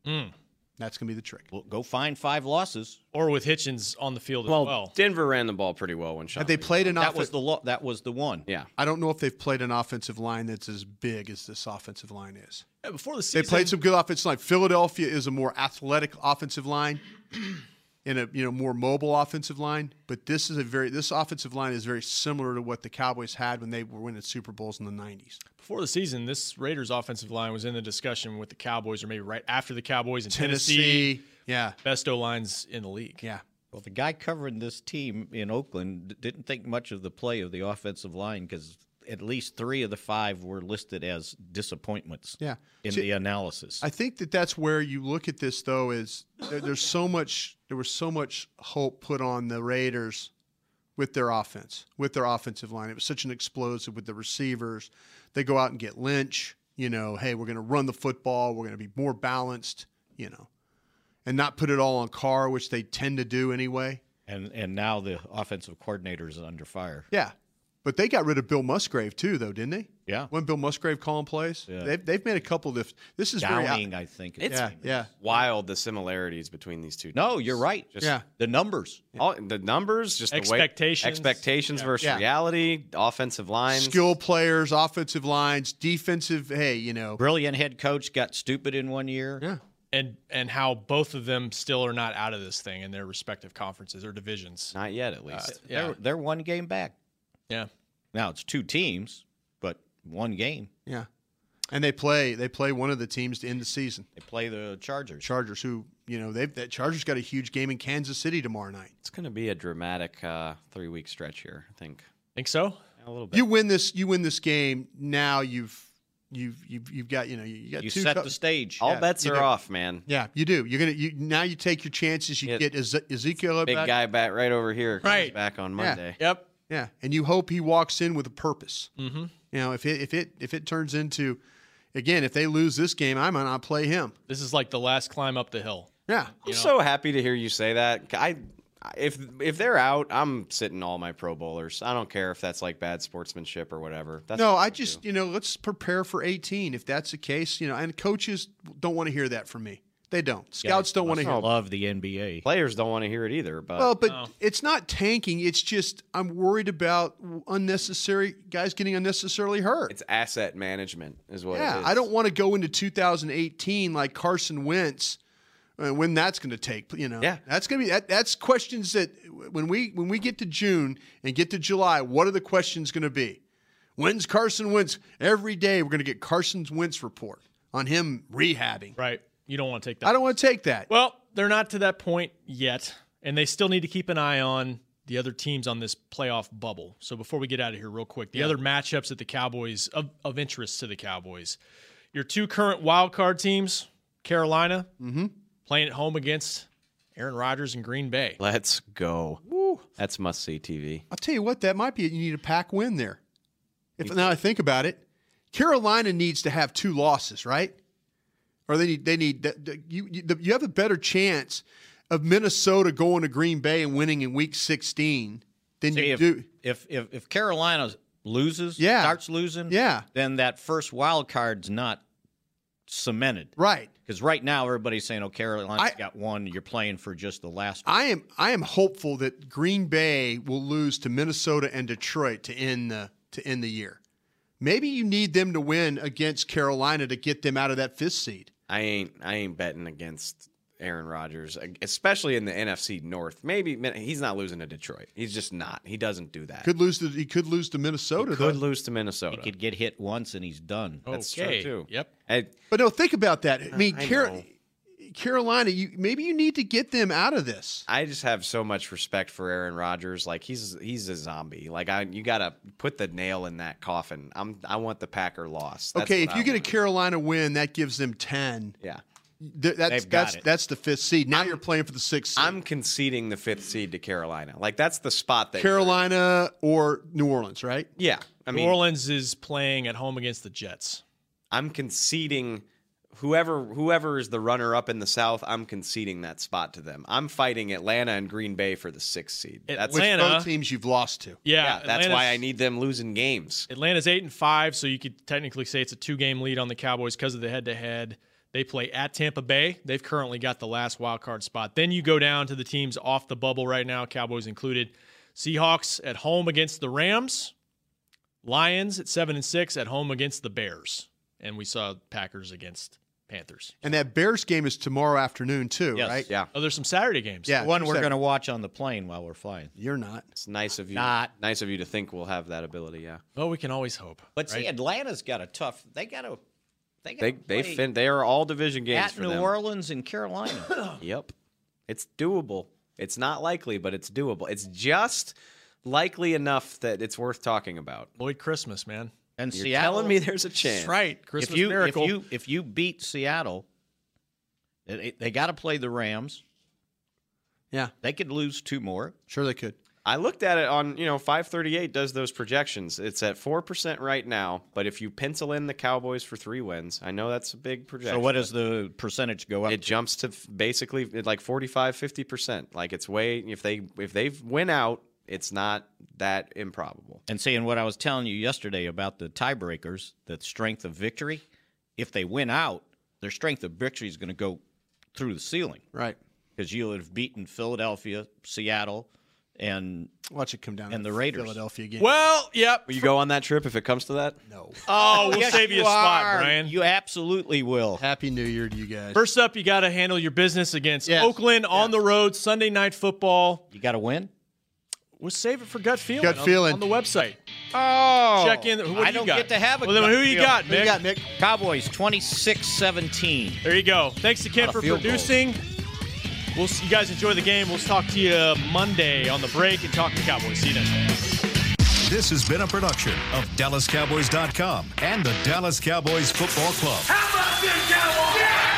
Speaker 4: Mm.
Speaker 5: That's going to be the trick.
Speaker 6: Well, go find five losses,
Speaker 4: or with Hitchens on the field
Speaker 7: Well,
Speaker 4: as well.
Speaker 7: Denver ran the ball pretty well when Sean.
Speaker 5: Have they
Speaker 7: Lee-
Speaker 5: played an
Speaker 6: That
Speaker 5: offe-
Speaker 6: was the lo- that was the one.
Speaker 7: Yeah.
Speaker 5: I don't know if they've played an offensive line that's as big as this offensive line is.
Speaker 4: Yeah, before the
Speaker 5: They
Speaker 4: season,
Speaker 5: played some good offensive line. Philadelphia is a more athletic offensive line and a you know more mobile offensive line, but this is a very this offensive line is very similar to what the Cowboys had when they were winning Super Bowls in the 90s.
Speaker 4: Before the season, this Raiders offensive line was in the discussion with the Cowboys, or maybe right after the Cowboys in Tennessee.
Speaker 5: Tennessee, yeah,
Speaker 4: best O lines in the league.
Speaker 5: Yeah,
Speaker 6: Well, the guy covering this team in Oakland d- didn't think much of the play of the offensive line because at least three of the five were listed as disappointments.
Speaker 5: Yeah.
Speaker 6: in
Speaker 5: See-
Speaker 6: the analysis.
Speaker 5: I think that that's where you look at this though is there, there's so much there was so much hope put on the Raiders with their offense, with their offensive line. It was such an explosive with the receivers. They go out and get Lynch, you know, hey, we're going to run the football, we're going to be more balanced, you know. And not put it all on Carr, which they tend to do anyway.
Speaker 6: And and now the offensive coordinator is under fire.
Speaker 5: Yeah. But they got rid of Bill Musgrave too, though, didn't they?
Speaker 6: Yeah.
Speaker 5: When Bill Musgrave calling plays,
Speaker 6: Yeah.
Speaker 5: they've, they've made a couple of dif- this is very out-
Speaker 6: Downing, I think.
Speaker 7: It's
Speaker 5: yeah, yeah.
Speaker 7: wild the similarities between these two.
Speaker 6: No, you're right.
Speaker 7: Just
Speaker 5: Yeah.
Speaker 6: the numbers,
Speaker 7: all, the numbers, just the way-
Speaker 4: Expectations.
Speaker 7: expectations
Speaker 4: Yeah.
Speaker 7: versus
Speaker 5: Yeah.
Speaker 7: reality, offensive lines.
Speaker 5: skill players, offensive lines, defensive. Hey, you know,
Speaker 6: brilliant head coach got stupid in one year.
Speaker 5: Yeah,
Speaker 4: and and how both of them still are not out of this thing in their respective conferences or divisions.
Speaker 7: Not yet, at
Speaker 6: least.
Speaker 4: Uh, yeah.
Speaker 6: They're, they're one game back.
Speaker 4: Yeah.
Speaker 6: Now it's two teams, but one game.
Speaker 5: Yeah. And they play they play one of the teams to end the season. They
Speaker 6: play the Chargers.
Speaker 5: Chargers, who you know they've that Chargers got a huge game in Kansas City tomorrow night.
Speaker 7: It's going to be a dramatic uh, three week stretch here, I think.
Speaker 4: Think so?
Speaker 7: A little bit.
Speaker 5: You win this you win this game now you've you've you've, you've got you know you got
Speaker 7: You
Speaker 5: two
Speaker 7: set
Speaker 5: cou-
Speaker 7: the stage. All bets
Speaker 5: you
Speaker 7: are
Speaker 5: do.
Speaker 7: off, man.
Speaker 5: Yeah, you do. You're gonna you now you take your chances. You get Eze- Ezekiel
Speaker 7: Big
Speaker 5: back.
Speaker 7: guy back right over here. Comes right. Back on
Speaker 5: Yeah.
Speaker 7: Monday.
Speaker 4: Yep.
Speaker 5: Yeah, and you hope he walks in with a purpose.
Speaker 4: Mm-hmm.
Speaker 5: You know, if it if it if it turns into, again, if they lose this game, I might not play him.
Speaker 4: This is like the last climb up the hill.
Speaker 5: Yeah.
Speaker 7: I'm so happy to hear you say that. I if if they're out, I'm sitting all my Pro Bowlers. I don't care if that's like bad sportsmanship or whatever. That's
Speaker 5: no, I just you know let's prepare for 18 if that's the case. You know, and coaches don't want to hear that from me. They don't. Scouts don't want to hear. it.
Speaker 6: love the NBA.
Speaker 7: Players don't want to hear it either. But
Speaker 5: Well, but it's not tanking. It's just I'm worried about unnecessary guys getting unnecessarily hurt.
Speaker 7: it's asset management is what.
Speaker 5: yeah,
Speaker 7: it is.
Speaker 5: I don't want to go into 2018 like Carson Wentz. uh, When that's going to take, you know, yeah, that's going to be that. That's questions that when we when we get to June and get to July, what are the questions going to be? When's Carson Wentz? Every day we're going to get Carson's Wentz report on him rehabbing.
Speaker 4: Right. You don't want to take that.
Speaker 5: I don't want to take that.
Speaker 4: Well, they're not to that point yet, and they still need to keep an eye on the other teams on this playoff bubble. So before we get out of here, real quick, the
Speaker 10: Yeah.
Speaker 4: other matchups that the Cowboys of, of interest to the Cowboys, your two current wild card teams, Carolina,
Speaker 5: Mm-hmm.
Speaker 4: playing at home against Aaron Rodgers and Green Bay.
Speaker 7: Let's go. That's must see TV.
Speaker 5: I'll tell you what, that might be. You need a pack win there. If now I think about it, Carolina needs to have two losses, right? Or they need they need that that- you you, the, you have a better chance of Minnesota going to Green Bay and winning in Week 16 than
Speaker 6: See,
Speaker 5: you
Speaker 6: if,
Speaker 5: do.
Speaker 6: If, if if Carolina loses,
Speaker 5: Yeah.
Speaker 6: starts losing,
Speaker 5: Yeah.
Speaker 6: then that first wild card's not cemented,
Speaker 5: right?
Speaker 6: Because right now everybody's saying, "Oh, Carolina's got one. You're playing for just the last."
Speaker 5: I am I am hopeful that Green Bay will lose to Minnesota and Detroit to end the to end the year. Maybe you need them to win against Carolina to get them out of that fifth seed.
Speaker 7: I ain't I ain't betting against Aaron Rodgers, especially in the NFC North. Maybe he's not losing to Detroit. He's just not. He doesn't do that.
Speaker 5: Could lose to he could lose to Minnesota.
Speaker 7: Could
Speaker 5: though. Oh,
Speaker 7: lose to Minnesota. He could
Speaker 6: get hit once and he's done.
Speaker 7: That's
Speaker 5: Okay.
Speaker 7: true too.
Speaker 4: Yep.
Speaker 5: But no, think about that. I mean,
Speaker 7: Uh, I
Speaker 5: Car-
Speaker 7: know.
Speaker 5: Carolina, you maybe you need to get them out of this.
Speaker 7: I just have so much respect for Aaron Rodgers. Like he's he's a zombie. Like I, you gotta put the nail in that coffin. I'm I want the Packer loss. That's
Speaker 5: okay,
Speaker 7: what
Speaker 5: if you
Speaker 7: I
Speaker 5: get a Carolina win, that gives them ten.
Speaker 7: Yeah,
Speaker 5: Th- that's
Speaker 7: They've got
Speaker 5: that's
Speaker 7: it.
Speaker 5: that's the fifth seed. Now you're playing for the sixth. Seed.
Speaker 7: I'm conceding the fifth seed to Carolina. Like that's the spot that
Speaker 5: Carolina or New Orleans, right?
Speaker 7: Yeah, I mean
Speaker 4: New Orleans is playing at home against the Jets.
Speaker 7: I'm conceding whoever whoever is the runner up in the South. I'm conceding that spot to them. I'm fighting Atlanta and Green Bay for the sixth seed.
Speaker 4: Atlanta- Which both
Speaker 5: teams you've lost to.
Speaker 4: Yeah,
Speaker 7: that's
Speaker 4: Atlanta's-
Speaker 7: why I need them losing games.
Speaker 4: Atlanta's eight and five, so you could technically say it's a two game lead on the Cowboys because of the head to head. They play at Tampa Bay. They've currently got the last wild card spot. Then you go down to the teams off the bubble right now, Cowboys included. Seahawks at home against the Rams. Lions at seven and six at home against the Bears. And we saw Packers against Panthers.
Speaker 5: And that Bears game is tomorrow afternoon too, right?
Speaker 7: Yeah.
Speaker 4: Oh, there's some Saturday games.
Speaker 5: Yeah,
Speaker 6: one we're
Speaker 5: Saturday.
Speaker 6: going to watch on the plane while we're flying.
Speaker 5: You're not.
Speaker 7: It's nice of you.
Speaker 6: Not.
Speaker 7: nice of you to think we'll have that ability. Yeah,
Speaker 4: Well, we can always hope.
Speaker 6: But see,
Speaker 4: right?
Speaker 6: Atlanta's got a tough. They got a. They got
Speaker 7: they they
Speaker 6: play
Speaker 7: fin- they are all division games
Speaker 6: at
Speaker 7: for
Speaker 6: New
Speaker 7: them.
Speaker 6: Orleans and Carolina.
Speaker 7: Yep, it's doable. It's not likely, but it's doable. It's just likely enough that it's worth talking about.
Speaker 4: Lloyd Christmas, man.
Speaker 6: And
Speaker 7: You're
Speaker 6: Seattle,
Speaker 7: telling me there's a chance.
Speaker 4: That's right. Christmas
Speaker 6: if you,
Speaker 4: miracle.
Speaker 6: If you, if you beat Seattle, it- it- they got to play the Rams.
Speaker 5: Yeah,
Speaker 6: they could lose two more.
Speaker 5: Sure, they could.
Speaker 7: I looked at it on, you know, 538 does those projections. It's at 4% right now, but if you pencil in the Cowboys for three wins, I know that's a big projection.
Speaker 6: So what does the percentage go up?
Speaker 7: It jumps to f- basically it like 45, 50%. Like it's way, if they, if they win out, it's not that improbable.
Speaker 6: And seeing what I was telling you yesterday about the tiebreakers, the strength of victory, if they win out, their strength of victory is going to go through the ceiling.
Speaker 5: Right.
Speaker 6: Because you'll have beaten Philadelphia, Seattle, and
Speaker 5: watch it come down
Speaker 6: and the Raiders
Speaker 5: Philadelphia game.
Speaker 4: Well, yep.
Speaker 7: Will you go on that trip if it comes to that?
Speaker 5: No.
Speaker 4: Oh, we'll save you a spot, Brian.
Speaker 6: You absolutely will.
Speaker 5: Happy New Year to you guys.
Speaker 4: First up, you got to handle your business against Oakland on the road, Sunday night football.
Speaker 6: You got to win.
Speaker 4: We'll save it for gut feeling.
Speaker 5: Gut
Speaker 4: on-
Speaker 5: feeling.
Speaker 4: on, the website.
Speaker 6: Oh,
Speaker 4: check in. What do
Speaker 6: I
Speaker 4: you
Speaker 6: don't
Speaker 4: got?
Speaker 6: get to have a.
Speaker 4: Well, then
Speaker 6: gut
Speaker 4: who you
Speaker 6: feeling.
Speaker 4: got, Mick?
Speaker 6: Cowboys 26-17.
Speaker 4: There you go. Thanks to Ken
Speaker 6: Not a
Speaker 4: for
Speaker 6: field goal.
Speaker 4: producing. We'll see, you guys enjoy the game. We'll talk to you Monday on the break and talk to Cowboys. See you then.
Speaker 1: This has been a production of DallasCowboys.com and the Dallas Cowboys Football Club.
Speaker 3: How about this, Cowboys? Yeah!